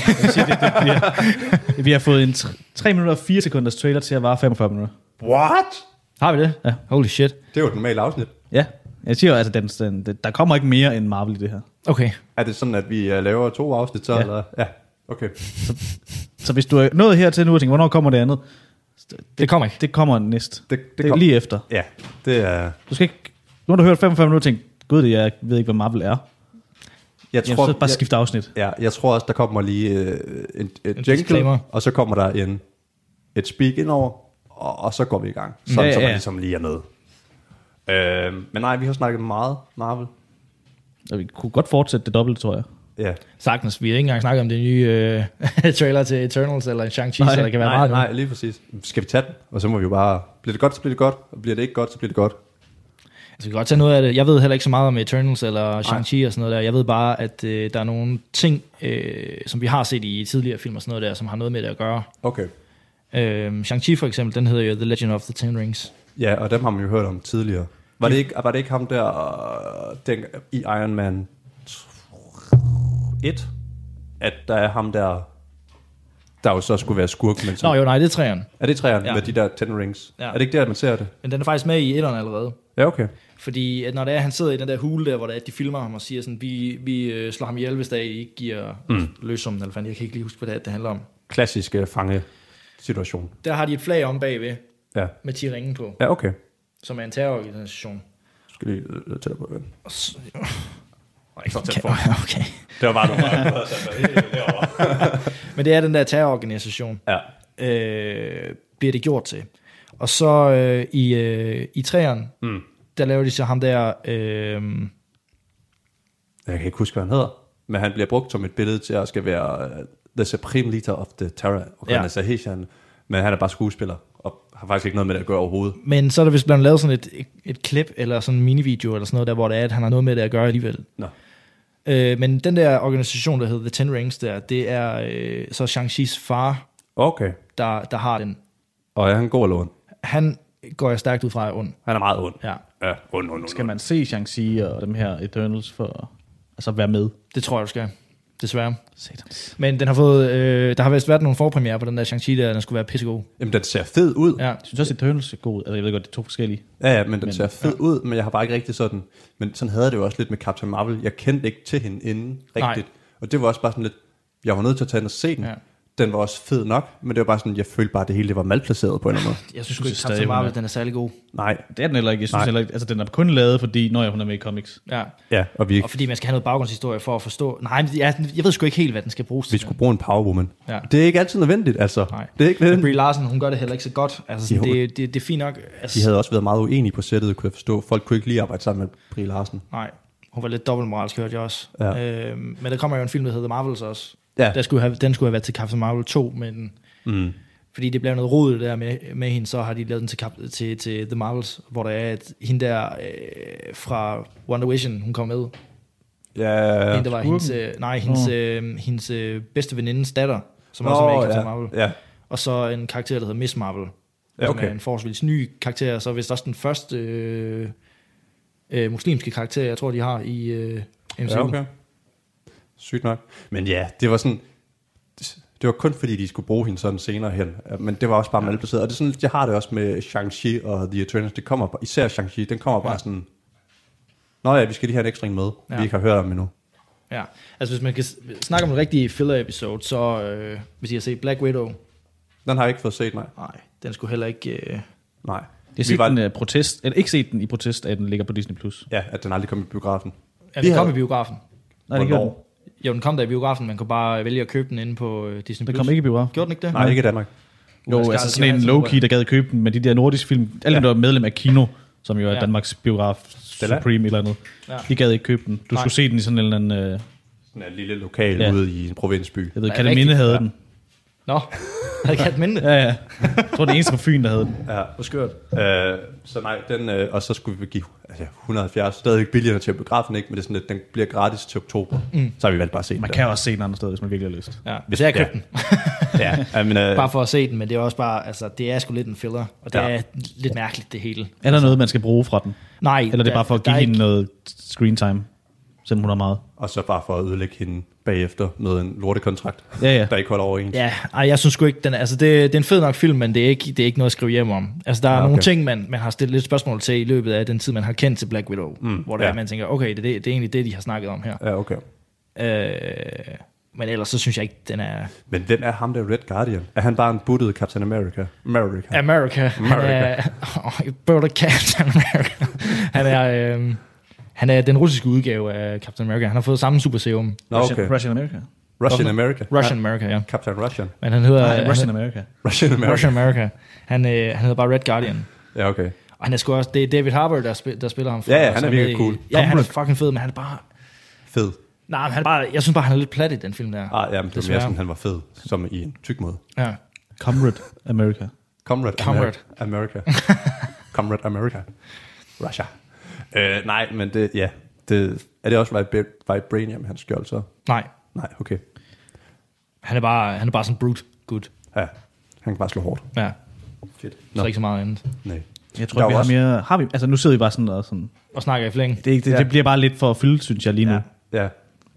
[SPEAKER 2] Vi har fået en 3 minutter og 4 sekunders trailer til at vare 45 minutter.
[SPEAKER 3] What?
[SPEAKER 4] har vi det?
[SPEAKER 2] Ja.
[SPEAKER 4] Holy shit.
[SPEAKER 3] Det er jo et normalt afsnit.
[SPEAKER 2] Ja, Jeg siger jo, altså, den, den, den, der kommer ikke mere end Marvel i det her.
[SPEAKER 4] Okay.
[SPEAKER 3] Er det sådan, at vi øh, laver to afsnit så?
[SPEAKER 2] Ja.
[SPEAKER 3] Ja. Eller? ja. Okay.
[SPEAKER 2] Så hvis du er nået hertil nu og tænker, hvornår kommer det andet?
[SPEAKER 4] Det kommer ikke.
[SPEAKER 2] Det kommer næst.
[SPEAKER 3] Det,
[SPEAKER 2] Det er lige efter.
[SPEAKER 3] Ja, det er...
[SPEAKER 2] Du skal ikke... Nu har du hørt 45 minutter og tænkt, gud, jeg ved ikke, hvad Marvel er.
[SPEAKER 3] Jeg
[SPEAKER 2] Jeg
[SPEAKER 3] tror,
[SPEAKER 2] tror, så bare
[SPEAKER 3] jeg,
[SPEAKER 2] skifte afsnit.
[SPEAKER 3] ja, jeg tror også, der kommer lige øh, en, en jingle,
[SPEAKER 4] disclaimer.
[SPEAKER 3] og så kommer der en, et speak indover, og, og så går vi i gang. Sådan,
[SPEAKER 2] Ja,
[SPEAKER 3] ja, ja. så man
[SPEAKER 2] ja.
[SPEAKER 3] ligesom lige er med. Øh, men nej, vi har snakket meget Marvel.
[SPEAKER 2] Og vi kunne godt fortsætte det dobbelte, tror jeg.
[SPEAKER 3] Ja.
[SPEAKER 4] Sagtens. Vi har ikke engang snakket om det nye øh, trailer til Eternals eller Shang-Chi,
[SPEAKER 2] Nej,
[SPEAKER 4] så der kan være
[SPEAKER 3] nej,
[SPEAKER 4] meget nu.
[SPEAKER 3] nej, lige præcis. Skal vi tage den? Og så må vi jo bare... Bliver det godt, så bliver det godt. Og bliver det ikke godt, så bliver det godt.
[SPEAKER 4] Altså, vi kan godt tage noget af det. Jeg ved heller ikke så meget om Eternals eller Shang-Chi og sådan noget der. Jeg ved bare, at øh, der er nogle ting, øh, som vi har set i tidligere film og sådan noget der, som har noget med det at gøre.
[SPEAKER 3] Okay.
[SPEAKER 4] Øh, Shang-Chi for eksempel, den hedder jo The Legend of the Ten Rings.
[SPEAKER 3] Ja, og dem har man jo hørt om tidligere. Var det ikke, var det ikke ham der øh, den, i Iron Man 1, at der er ham der, der jo så skulle være skurk, men
[SPEAKER 4] Nå
[SPEAKER 3] så,
[SPEAKER 4] jo, nej, det er træerne.
[SPEAKER 3] er det træerne
[SPEAKER 4] Ja.
[SPEAKER 3] ja. med de der ten rings?
[SPEAKER 4] Ja.
[SPEAKER 3] Ja. Er det ikke der, man ser det?
[SPEAKER 4] Men den er faktisk med i etteren allerede.
[SPEAKER 3] Ja, okay.
[SPEAKER 4] Fordi at når det er, han sidder i den der hule der, hvor det er, at de filmer ham og siger sådan, vi, vi øh, slår ham ihjel, hvis der I ikke giver mm. løsummen, eller fanden, jeg kan ikke lige huske, hvad det, er, det handler om.
[SPEAKER 3] Klassisk øh, fange-situation.
[SPEAKER 4] Der har de et flag om bagved,
[SPEAKER 3] Ja.
[SPEAKER 4] med 10 ringe på,
[SPEAKER 3] Ja, okay.
[SPEAKER 4] som er en terrororganisation.
[SPEAKER 3] Skal lige øh, tættere på den.
[SPEAKER 4] Og så-
[SPEAKER 3] Nej, ikke så tæt
[SPEAKER 4] Okay.
[SPEAKER 3] på.
[SPEAKER 4] okay.
[SPEAKER 3] Det var bare noget.
[SPEAKER 4] Men det er den der terrororganisation,
[SPEAKER 3] ja.
[SPEAKER 4] øh, bliver det gjort til. Og så øh, i, øh, i træerne, mm. der laver de så ham der, øh,
[SPEAKER 3] Jeg kan ikke huske, hvad han hedder. Men han bliver brugt som et billede til at skal være uh, the supreme leader of the terror organization. Ja. Men han er bare skuespiller, og har faktisk ikke noget med det at gøre overhovedet.
[SPEAKER 4] men så er der vist blevet lavet sådan et, et, et klip, eller sådan en minivideo, eller sådan noget der, hvor det er, at han har noget med det at gøre alligevel.
[SPEAKER 3] Nå.
[SPEAKER 4] Øh, men den der organisation, der hedder The Ten Rings der, det er øh, så Shang-Chi's far,
[SPEAKER 3] Okay.
[SPEAKER 4] der, der har den.
[SPEAKER 3] Og er han god eller ond?
[SPEAKER 4] Han går jeg stærkt ud fra er ond.
[SPEAKER 3] Han er meget ond.
[SPEAKER 4] Ja,
[SPEAKER 3] Ja, ond, ond, ond.
[SPEAKER 2] Skal man se Shang-Chi og dem her Eternals for at altså, være med?
[SPEAKER 4] det tror jeg, du skal. Desværre.
[SPEAKER 2] Satans.
[SPEAKER 4] Men den har fået, øh, der har vist været nogle forpremiere på den der Shang-Chi der, den skulle være pissegod.
[SPEAKER 3] Jamen, den ser fed ud. Ja,
[SPEAKER 4] Ja.
[SPEAKER 2] Jeg synes også, Eternals er god. Altså, jeg ved godt, det er to forskellige.
[SPEAKER 3] ja, ja men den men, ser fed ja. ud, men jeg har bare ikke rigtig sådan... Men sådan havde jeg det jo også lidt med Captain Marvel. Jeg kendte ikke til hende inden rigtigt. Nej. Og det var også bare sådan lidt... Jeg var nødt til at tage den og se den.
[SPEAKER 4] Ja.
[SPEAKER 3] Ja. Den var også fed nok, men det var bare sådan, jeg følte bare, at det hele det var malplaceret på en eller anden måde.
[SPEAKER 4] Jeg synes
[SPEAKER 2] sgu
[SPEAKER 4] sgu
[SPEAKER 2] ikke,
[SPEAKER 4] ikke,
[SPEAKER 2] Captain
[SPEAKER 4] Captain
[SPEAKER 2] Marvel,
[SPEAKER 4] Marvel, den er særlig god.
[SPEAKER 3] Nej.
[SPEAKER 2] Det er den heller ikke. Jeg synes
[SPEAKER 3] Nej.
[SPEAKER 2] heller ikke. Altså, den er kun lavet, fordi når jeg, hun er med i comics.
[SPEAKER 4] Ja.
[SPEAKER 3] Ja, og vi,
[SPEAKER 4] Og fordi man skal have noget baggrundshistorie for at forstå. Nej, men jeg, jeg ved sgu ikke helt, hvad den skal bruges
[SPEAKER 3] vi
[SPEAKER 4] til.
[SPEAKER 3] skulle bruge en powerwoman.
[SPEAKER 4] Ja.
[SPEAKER 3] Det er ikke altid nødvendigt, altså.
[SPEAKER 4] Nej.
[SPEAKER 3] Det er ikke
[SPEAKER 4] Men
[SPEAKER 3] nødvendigt.
[SPEAKER 4] Brie Larson, hun gør det heller ikke så godt. Altså, sådan,
[SPEAKER 3] Jo.
[SPEAKER 4] det, det, det er fint nok. Altså,
[SPEAKER 3] De havde også været meget uenige på sættet, kunne jeg forstå. Folk kunne ikke lige arbejde sammen med Brie Larsen.
[SPEAKER 4] Nej, hun var lidt dobbeltmoralsk, hørte jeg også.
[SPEAKER 3] Ja.
[SPEAKER 4] Øhm, men der kommer jo en film, der hedder The Marvels også.
[SPEAKER 3] Ja.
[SPEAKER 4] Der skulle have, den skulle have været til Captain Marvel 2, men
[SPEAKER 3] Mm.
[SPEAKER 4] fordi det blev noget rod der med, med hende, så har de lavet den til, Cap- til, til The Marvels, hvor der er, at hende der øh, fra Wonder Vision, hun kom med.
[SPEAKER 3] Ja,
[SPEAKER 4] Ja, hende, der var hendes, øh, nej, hendes,
[SPEAKER 2] Nå.
[SPEAKER 4] øh, hendes øh, bedste venindes datter, som også er med i Captain
[SPEAKER 3] ja.
[SPEAKER 4] ja. Marvel.
[SPEAKER 3] Ja.
[SPEAKER 4] Og så en karakter, der hedder Miss Marvel.
[SPEAKER 3] Ja,
[SPEAKER 4] Som
[SPEAKER 3] okay.
[SPEAKER 4] er en forholdsvis ny karakter, og så er vist også den første øh, øh, muslimske karakter, jeg tror, de har i øh, MCU.
[SPEAKER 3] ja, okay. Sygt nok. Men ja, det var sådan... Det var kun fordi, de skulle bruge hende sådan senere hen. Men det var også bare malplaceret. Og det er sådan, jeg har det også med Shang-Chi og The Eternals. Det kommer, bare- især Shang-Chi, den kommer bare
[SPEAKER 4] Ja.
[SPEAKER 3] sådan... Nå ja, vi skal lige have en ekstra en med, ja.
[SPEAKER 4] Ja.
[SPEAKER 3] vi ikke har hørt om endnu.
[SPEAKER 4] Ja, altså hvis man kan s- snakke om en rigtig filler-episode, så øh, hvis I har set Black Widow,
[SPEAKER 3] Den har jeg ikke fået set, nej.
[SPEAKER 4] nej, den skulle heller ikke... Øh,
[SPEAKER 3] nej.
[SPEAKER 2] Jeg har set var... den uh, protest, eller ikke set den i protest, at den ligger på Disney+. Plus.
[SPEAKER 3] Ja, at den aldrig kom i biografen.
[SPEAKER 4] ja,
[SPEAKER 3] Vi
[SPEAKER 4] den kom
[SPEAKER 3] havde-
[SPEAKER 4] i biografen.
[SPEAKER 2] Nej, det gjorde den.
[SPEAKER 3] Hvornår?
[SPEAKER 4] Jo, den kom der i biografen, man kunne bare vælge at købe den inde på øh, Disney+.
[SPEAKER 2] Den kom ikke i biografen.
[SPEAKER 4] Gjorde den ikke det?
[SPEAKER 3] Nej, ikke i Danmark.
[SPEAKER 2] Jo,
[SPEAKER 4] Ulla Skarl
[SPEAKER 2] altså sådan en low-key,
[SPEAKER 4] Johansen,
[SPEAKER 2] der gad købe den, men de der nordiske film, alle ja.
[SPEAKER 3] Ja.
[SPEAKER 2] der var medlem af Kino, som jo er
[SPEAKER 4] Ja.
[SPEAKER 2] ja. Danmarks biograf,
[SPEAKER 3] er.
[SPEAKER 2] Supreme eller andet,
[SPEAKER 4] Ja.
[SPEAKER 2] ja. de gad ikke købe den. Du
[SPEAKER 4] Nej.
[SPEAKER 2] skulle se den i sådan en eller anden, øh,
[SPEAKER 3] Sådan en lille lokal
[SPEAKER 2] Ja.
[SPEAKER 3] ja. ude i en provinsby.
[SPEAKER 2] jeg ved,
[SPEAKER 4] Nej,
[SPEAKER 2] Kataminde
[SPEAKER 4] rigtigt.
[SPEAKER 2] havde
[SPEAKER 4] Ja.
[SPEAKER 2] den.
[SPEAKER 4] Nå, havde Kat Minde.
[SPEAKER 2] Ja, ja. Jeg tror, det eneste på Fyn, der havde den.
[SPEAKER 3] Ja.
[SPEAKER 4] Hvor skørt.
[SPEAKER 3] Øh, så nej, den, øh, og så skulle vi give altså, 170, stadig billigere til biografen, ikke? men det er sådan, at den bliver gratis til oktober. Mm. Så har vi valgt bare at se den.
[SPEAKER 2] Man
[SPEAKER 3] der.
[SPEAKER 2] kan også se den andre steder, hvis man virkelig har lyst.
[SPEAKER 4] Ja.
[SPEAKER 3] Hvis jeg købte ja. den. ja, men, øh,
[SPEAKER 4] Bare for at se den, men det er også bare, altså, det er sgu lidt en filler, og det ja.
[SPEAKER 3] Ja.
[SPEAKER 4] er lidt mærkeligt, det hele.
[SPEAKER 2] Er der noget, man skal bruge fra den?
[SPEAKER 4] Nej,
[SPEAKER 2] Eller er det
[SPEAKER 4] der-
[SPEAKER 2] bare for at
[SPEAKER 4] der
[SPEAKER 2] give
[SPEAKER 4] er
[SPEAKER 2] hende
[SPEAKER 4] ikke-
[SPEAKER 2] noget screen time, selvom hun har meget?
[SPEAKER 3] og så bare for at ødelægge hende bagefter med en lortekontrakt,
[SPEAKER 2] Ja, ja.
[SPEAKER 3] der ikke holder overens.
[SPEAKER 4] Ja, ej, jeg synes sgu ikke, den, er- altså det, det er en fed nok film, men det er ikke, det er ikke noget at skrive hjem om. Altså der er
[SPEAKER 3] Ja,
[SPEAKER 4] ja,
[SPEAKER 3] okay.
[SPEAKER 4] okay. nogle ting, man, man har stillet lidt spørgsmål til i løbet af den tid, man har kendt til Black Widow, mm, hvor der
[SPEAKER 3] ja.
[SPEAKER 4] ja. man tænker, okay, det, det, det er egentlig det, de har snakket om her.
[SPEAKER 3] Ja, okay.
[SPEAKER 4] Øh, men ellers så synes jeg ikke, den er
[SPEAKER 3] Men hvem er ham der Red Guardian? Er han bare en buttet Captain America? America.
[SPEAKER 4] America. Han er, oh, Brother Captain America. Han er, øh, han er den russiske udgave af Captain America. Han har fået samme super serum.
[SPEAKER 3] Nå, okay.
[SPEAKER 2] Russian, Russian America.
[SPEAKER 3] Russian America.
[SPEAKER 4] Russian America, ja.
[SPEAKER 3] Captain Russian.
[SPEAKER 4] Men han hedder...
[SPEAKER 2] Nej,
[SPEAKER 4] han-
[SPEAKER 2] Russian America.
[SPEAKER 3] Russian America.
[SPEAKER 4] Russian America. Han, øh, han hedder bare Red Guardian.
[SPEAKER 3] Ja, okay.
[SPEAKER 4] Og han er sgu også, det er David Harbour, der, spil, der spiller ham. fra-
[SPEAKER 3] Ja, ja, han er
[SPEAKER 4] som
[SPEAKER 3] virkelig
[SPEAKER 4] med i-
[SPEAKER 3] cool.
[SPEAKER 4] Ja, han er
[SPEAKER 2] Kubrick.
[SPEAKER 4] fucking fed, men han er bare...
[SPEAKER 3] Fed.
[SPEAKER 4] Nej, men han er bare, jeg synes bare, han er lidt plat i den film
[SPEAKER 3] Ah,
[SPEAKER 4] der.
[SPEAKER 3] ja, men det var mere
[SPEAKER 4] Desværre.
[SPEAKER 3] sådan, han var fed, som i en tyk måde.
[SPEAKER 4] Ja.
[SPEAKER 2] Comrade America.
[SPEAKER 3] Comrade,
[SPEAKER 4] Comrade.
[SPEAKER 3] Ameri- America. Comrade America. Russia. Øh, nej, men det, ja. Det, er det også Vib- Vibranium, han skjold så?
[SPEAKER 4] Nej,
[SPEAKER 3] Nej, okay.
[SPEAKER 4] han er bare, han er bare sådan brute good.
[SPEAKER 3] Ja, han kan bare slå hårdt.
[SPEAKER 4] Ja,
[SPEAKER 3] Fedt.
[SPEAKER 4] så ikke så meget andet.
[SPEAKER 3] Nej.
[SPEAKER 2] Jeg
[SPEAKER 3] Der
[SPEAKER 2] tror, vi
[SPEAKER 3] var
[SPEAKER 2] har
[SPEAKER 3] også-
[SPEAKER 2] mere... Har vi, altså, nu sidder vi bare sådan og sådan...
[SPEAKER 4] Og snakker i flæng.
[SPEAKER 2] Det, er ikke, det,
[SPEAKER 3] Ja.
[SPEAKER 2] ja. det bliver bare lidt for at fylde, synes jeg lige nu.
[SPEAKER 3] Ja,
[SPEAKER 2] Ja.
[SPEAKER 3] ja.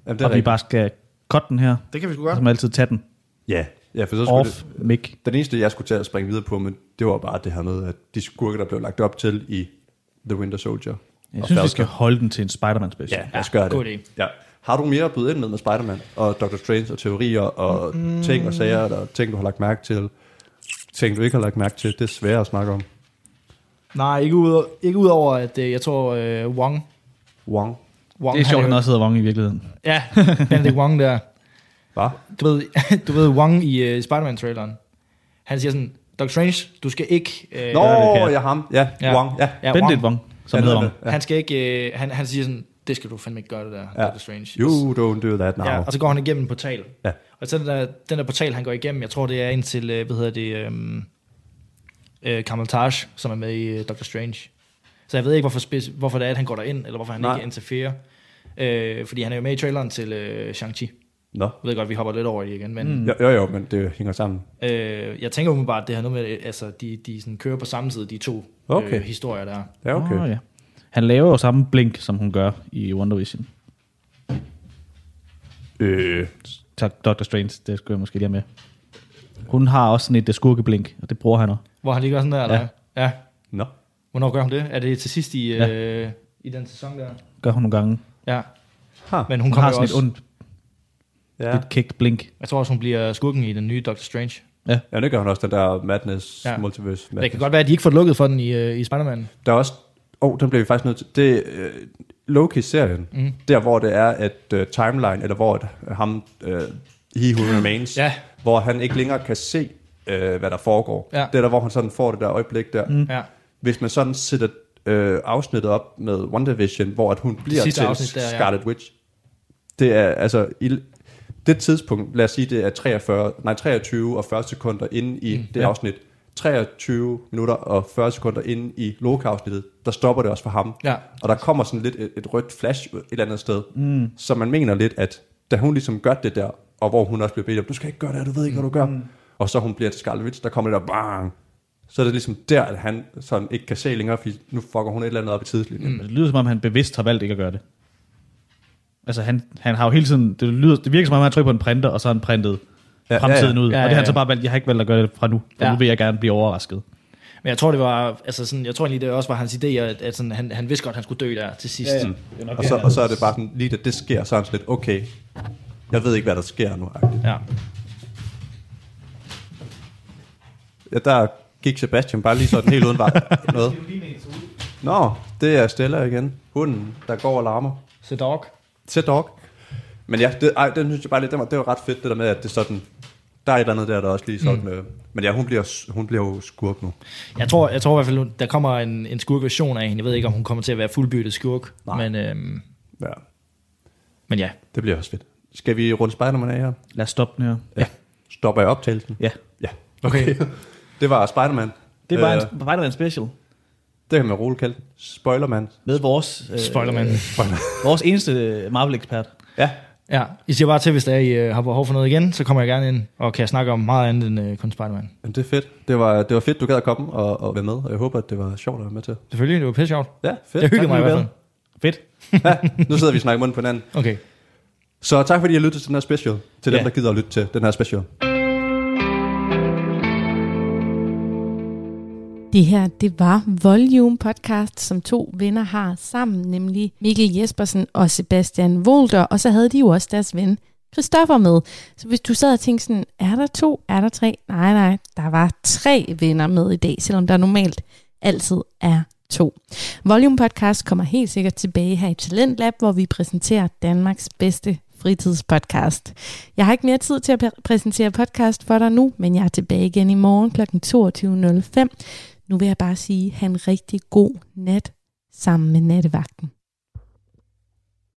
[SPEAKER 3] Jamen, det
[SPEAKER 2] Og vi bare skal cutte den her.
[SPEAKER 5] Det kan vi sgu
[SPEAKER 2] Og
[SPEAKER 5] godt.
[SPEAKER 2] Som altid tage den
[SPEAKER 3] Ja, ja for så skulle
[SPEAKER 2] off
[SPEAKER 3] det,
[SPEAKER 2] mic.
[SPEAKER 3] den eneste, jeg skulle til at springe videre på, men det var bare det her med, at de skurke, der blev lagt op til i The Winter Soldier.
[SPEAKER 2] Jeg
[SPEAKER 3] og
[SPEAKER 2] synes, vi
[SPEAKER 3] Falcon.
[SPEAKER 2] skal holde den til en Spider-Man special.
[SPEAKER 3] Ja, lad os gøre det.
[SPEAKER 4] god idé.
[SPEAKER 3] Ja. Har du mere at byde ind med med Spider-Man og Dr. Strange og teorier og mm. ting og sager, der ting, du har lagt mærke til, ting, du ikke har lagt mærke til, det er svært at snakke om.
[SPEAKER 4] Nej, ikke ud, ikke ud over, at øh, jeg tror, øh, Wong...
[SPEAKER 3] Wong.
[SPEAKER 4] Wong
[SPEAKER 2] Det er sjovt, at
[SPEAKER 4] han
[SPEAKER 2] han også hedder Wong i virkeligheden.
[SPEAKER 4] Ja, Benedict Wong der.
[SPEAKER 3] Hva?
[SPEAKER 4] Du ved, du ved Wong i uh, Spider-Man-traileren. Han siger sådan, Doctor Strange, du skal ikke... Øh,
[SPEAKER 3] Nå,
[SPEAKER 2] det kan jeg.
[SPEAKER 3] ja, ham. Ja,
[SPEAKER 4] Ja.
[SPEAKER 3] Wong. Ja.
[SPEAKER 4] ja,
[SPEAKER 2] Benedict Wong, som
[SPEAKER 3] Ja,
[SPEAKER 2] hedder
[SPEAKER 3] det
[SPEAKER 2] Wong.
[SPEAKER 3] er
[SPEAKER 4] Han skal ikke, øh, han, han siger sådan, det skal du fandme ikke gøre det der,
[SPEAKER 3] Ja.
[SPEAKER 4] Doctor Strange.
[SPEAKER 3] You don't do that now.
[SPEAKER 4] Ja, og så går han igennem en portal.
[SPEAKER 3] Ja.
[SPEAKER 4] Og så den der, den der portal, han går igennem, jeg tror det er indtil, øh, hvad hedder det, øhm, øh, Kamal Taj, som er med i øh, Doctor Strange. Så jeg ved ikke, hvorfor, spids, hvorfor det er, at han går derind, eller hvorfor han
[SPEAKER 3] Nej.
[SPEAKER 4] Nej. ikke interferer. Øh, fordi han er jo med i traileren til øh, Shang-Chi.
[SPEAKER 3] Nå.
[SPEAKER 4] Jeg ved godt, vi hopper lidt over i det igen, men... Mm.
[SPEAKER 3] Jo, jo, jo, men det hænger sammen.
[SPEAKER 4] Øh, jeg tænker umiddelbart, at det har noget med, at altså, de, de sådan kører på samme tid, de to
[SPEAKER 3] Okay.
[SPEAKER 4] øh, historier der.
[SPEAKER 3] Ja, okay.
[SPEAKER 2] Åh, ja. Han laver jo samme blink, som hun gør i Wonder Vision.
[SPEAKER 3] Øh,
[SPEAKER 2] Tak, Dr. Strange, det skulle jeg måske lige have med. Hun har også sådan et øh, skurkeblink, og det bruger han også.
[SPEAKER 4] Hvor han lige gør sådan der, eller? Ja. ja.
[SPEAKER 3] nå.
[SPEAKER 4] Hvornår gør hun det? Er det til sidst i,
[SPEAKER 2] Ja.
[SPEAKER 4] øh, i den sæson der?
[SPEAKER 2] Gør hun nogle gange.
[SPEAKER 4] Ja.
[SPEAKER 3] Ha.
[SPEAKER 4] Men hun,
[SPEAKER 2] Hun, hun
[SPEAKER 4] kommer
[SPEAKER 2] har
[SPEAKER 4] jo
[SPEAKER 2] sådan
[SPEAKER 4] også,
[SPEAKER 2] et ondt,
[SPEAKER 3] Ja. Mm.
[SPEAKER 2] lidt kægt blink.
[SPEAKER 4] Jeg tror også, hun bliver skurken i den nye Doctor Strange.
[SPEAKER 3] ja, det gør hun også, den der Madness ja.
[SPEAKER 4] Ja.
[SPEAKER 3] Multiverse.
[SPEAKER 4] Det
[SPEAKER 3] Madness.
[SPEAKER 4] kan godt være, at de ikke får lukket for den i, øh, i Spider-Man.
[SPEAKER 2] Mm.
[SPEAKER 3] Der er også... Åh, oh, den blev vi faktisk nødt til. Det er øh, Loki-serien. Mm. Der, hvor det er, at øh, timeline, eller hvor at, øh, ham, øh, He Who Remains,
[SPEAKER 4] Ja.
[SPEAKER 3] hvor han ikke længere kan se, øh, hvad der foregår.
[SPEAKER 4] Ja.
[SPEAKER 3] Det er der, hvor han sådan får det der øjeblik der. Mm.
[SPEAKER 4] Ja.
[SPEAKER 3] Hvis man sådan sætter øh, afsnittet op med WandaVision, hvor at hun bliver
[SPEAKER 4] sidste
[SPEAKER 3] til
[SPEAKER 4] afsnit der, ja.
[SPEAKER 3] Scarlet Witch. Det er altså... I, det tidspunkt, lad os sige, det er 43, nej, 23 og 40 sekunder inde i mm, det ja. afsnit. 23 minutter og 40 sekunder inde i loka-afsnittet, der stopper det også for ham.
[SPEAKER 4] Ja.
[SPEAKER 3] Og der kommer sådan lidt et, et rødt flash et eller andet sted. Mm. Så man mener lidt, at da hun ligesom gør det der, og hvor hun også bliver bedt om, du skal ikke gøre det her, du ved ikke, hvad du gør. Mm. Og så hun bliver til Scarlet Witch, der kommer det der bang. Så er det ligesom der, at han sådan ikke kan se længere, fordi nu fucker hun et eller andet op i tidslinjen. Mm.
[SPEAKER 2] Men Altså, Det lyder som om, han bevidst har valgt ikke at gøre det. Altså han, han har jo hele tiden, det, lyder, det virker som om, han har trykket på en printer, og så har han printet
[SPEAKER 3] Ja,
[SPEAKER 2] ja, fremtiden
[SPEAKER 3] ja, ja.
[SPEAKER 2] ud.
[SPEAKER 4] Ja,
[SPEAKER 2] og det
[SPEAKER 4] ja,
[SPEAKER 2] har han så
[SPEAKER 4] ja.
[SPEAKER 2] bare valgt, jeg har ikke valgt at gøre det fra nu, for
[SPEAKER 4] Ja.
[SPEAKER 2] ja. nu vil jeg gerne blive overrasket.
[SPEAKER 4] Men jeg tror, det var, altså sådan, jeg tror egentlig, det også var hans idé, at, at sådan, han, han vidste godt, at han skulle dø der til sidst. Ja,
[SPEAKER 3] Mm. Og, så, og så er det bare sådan, lige da det sker, så er han sådan lidt, okay, jeg ved ikke, hvad der sker nu.
[SPEAKER 4] ja.
[SPEAKER 3] Ja, der gik Sebastian bare lige sådan helt uden vej. noget. Nå, det er Stella igen. Hunden, der går og larmer.
[SPEAKER 4] The Dog.
[SPEAKER 3] Til dog. Men ja, det, ej, den synes jeg bare lidt, det var, det var ret fedt, det der med, at det sådan, der er et eller andet der, der også lige sådan, mm. øh, men ja, hun bliver, hun bliver jo skurk nu.
[SPEAKER 4] Jeg tror, jeg tror i hvert fald, der kommer en, en skurkversion af hende. Jeg ved ikke, om hun kommer til at være fuldbyrdet skurk.
[SPEAKER 3] Nej.
[SPEAKER 4] Men, øhm,
[SPEAKER 3] Ja,
[SPEAKER 4] men ja,
[SPEAKER 3] det bliver også fedt. Skal vi runde Spider-Man af her?
[SPEAKER 2] Lad os stoppe den her.
[SPEAKER 3] Ja. Stopper jeg optagelsen?
[SPEAKER 2] Ja.
[SPEAKER 3] Ja.
[SPEAKER 4] Okay.
[SPEAKER 3] det var Spider-Man.
[SPEAKER 2] Det var
[SPEAKER 3] øh,
[SPEAKER 2] en Spider-Man special
[SPEAKER 3] Det kan man roligt kalde. Spoilerman.
[SPEAKER 2] med vores, øh,
[SPEAKER 4] Spoilerman.
[SPEAKER 2] vores eneste øh, Marvel-ekspert.
[SPEAKER 3] Ja.
[SPEAKER 4] Ja, I siger bare til, hvis der er, I øh, har behov for noget igen, så kommer jeg gerne ind og kan snakke om meget andet end øh, kun Spider-Man.
[SPEAKER 3] Jamen, det er fedt. Det var, det var fedt, du gad at komme og, og være med, og jeg håber, at det var sjovt at være med til.
[SPEAKER 4] Selvfølgelig, det var pisse sjovt.
[SPEAKER 3] Ja, fedt.
[SPEAKER 4] Jeg hyggede
[SPEAKER 3] Tak,
[SPEAKER 4] mig i
[SPEAKER 3] fordi du
[SPEAKER 4] hvert fald.
[SPEAKER 2] Fedt.
[SPEAKER 3] gad. Ja, nu sidder vi og snakker munden på hinanden.
[SPEAKER 4] Okay.
[SPEAKER 3] Så tak fordi I har lyttet til den her special. Til ja.
[SPEAKER 2] Ja.
[SPEAKER 3] dem, der gider at lytte til den her special.
[SPEAKER 1] Det her, det var Volume Podcast, som to venner har sammen, nemlig Mikkel Jespersen og Sebastian Volter, og så havde de jo også deres ven Christoffer med. Så hvis du sad og tænkte sådan, er der to, er der tre? Nej, nej, der var tre venner med i dag, selvom der normalt altid er to. Volume Podcast kommer helt sikkert tilbage her i Talentlab, hvor vi præsenterer Danmarks bedste fritidspodcast. Jeg har ikke mere tid til at præ- præsentere podcast for dig nu, men jeg er tilbage igen i morgen kl. 22.05. Nu vil jeg bare sige, have en rigtig god nat sammen med nattevagten.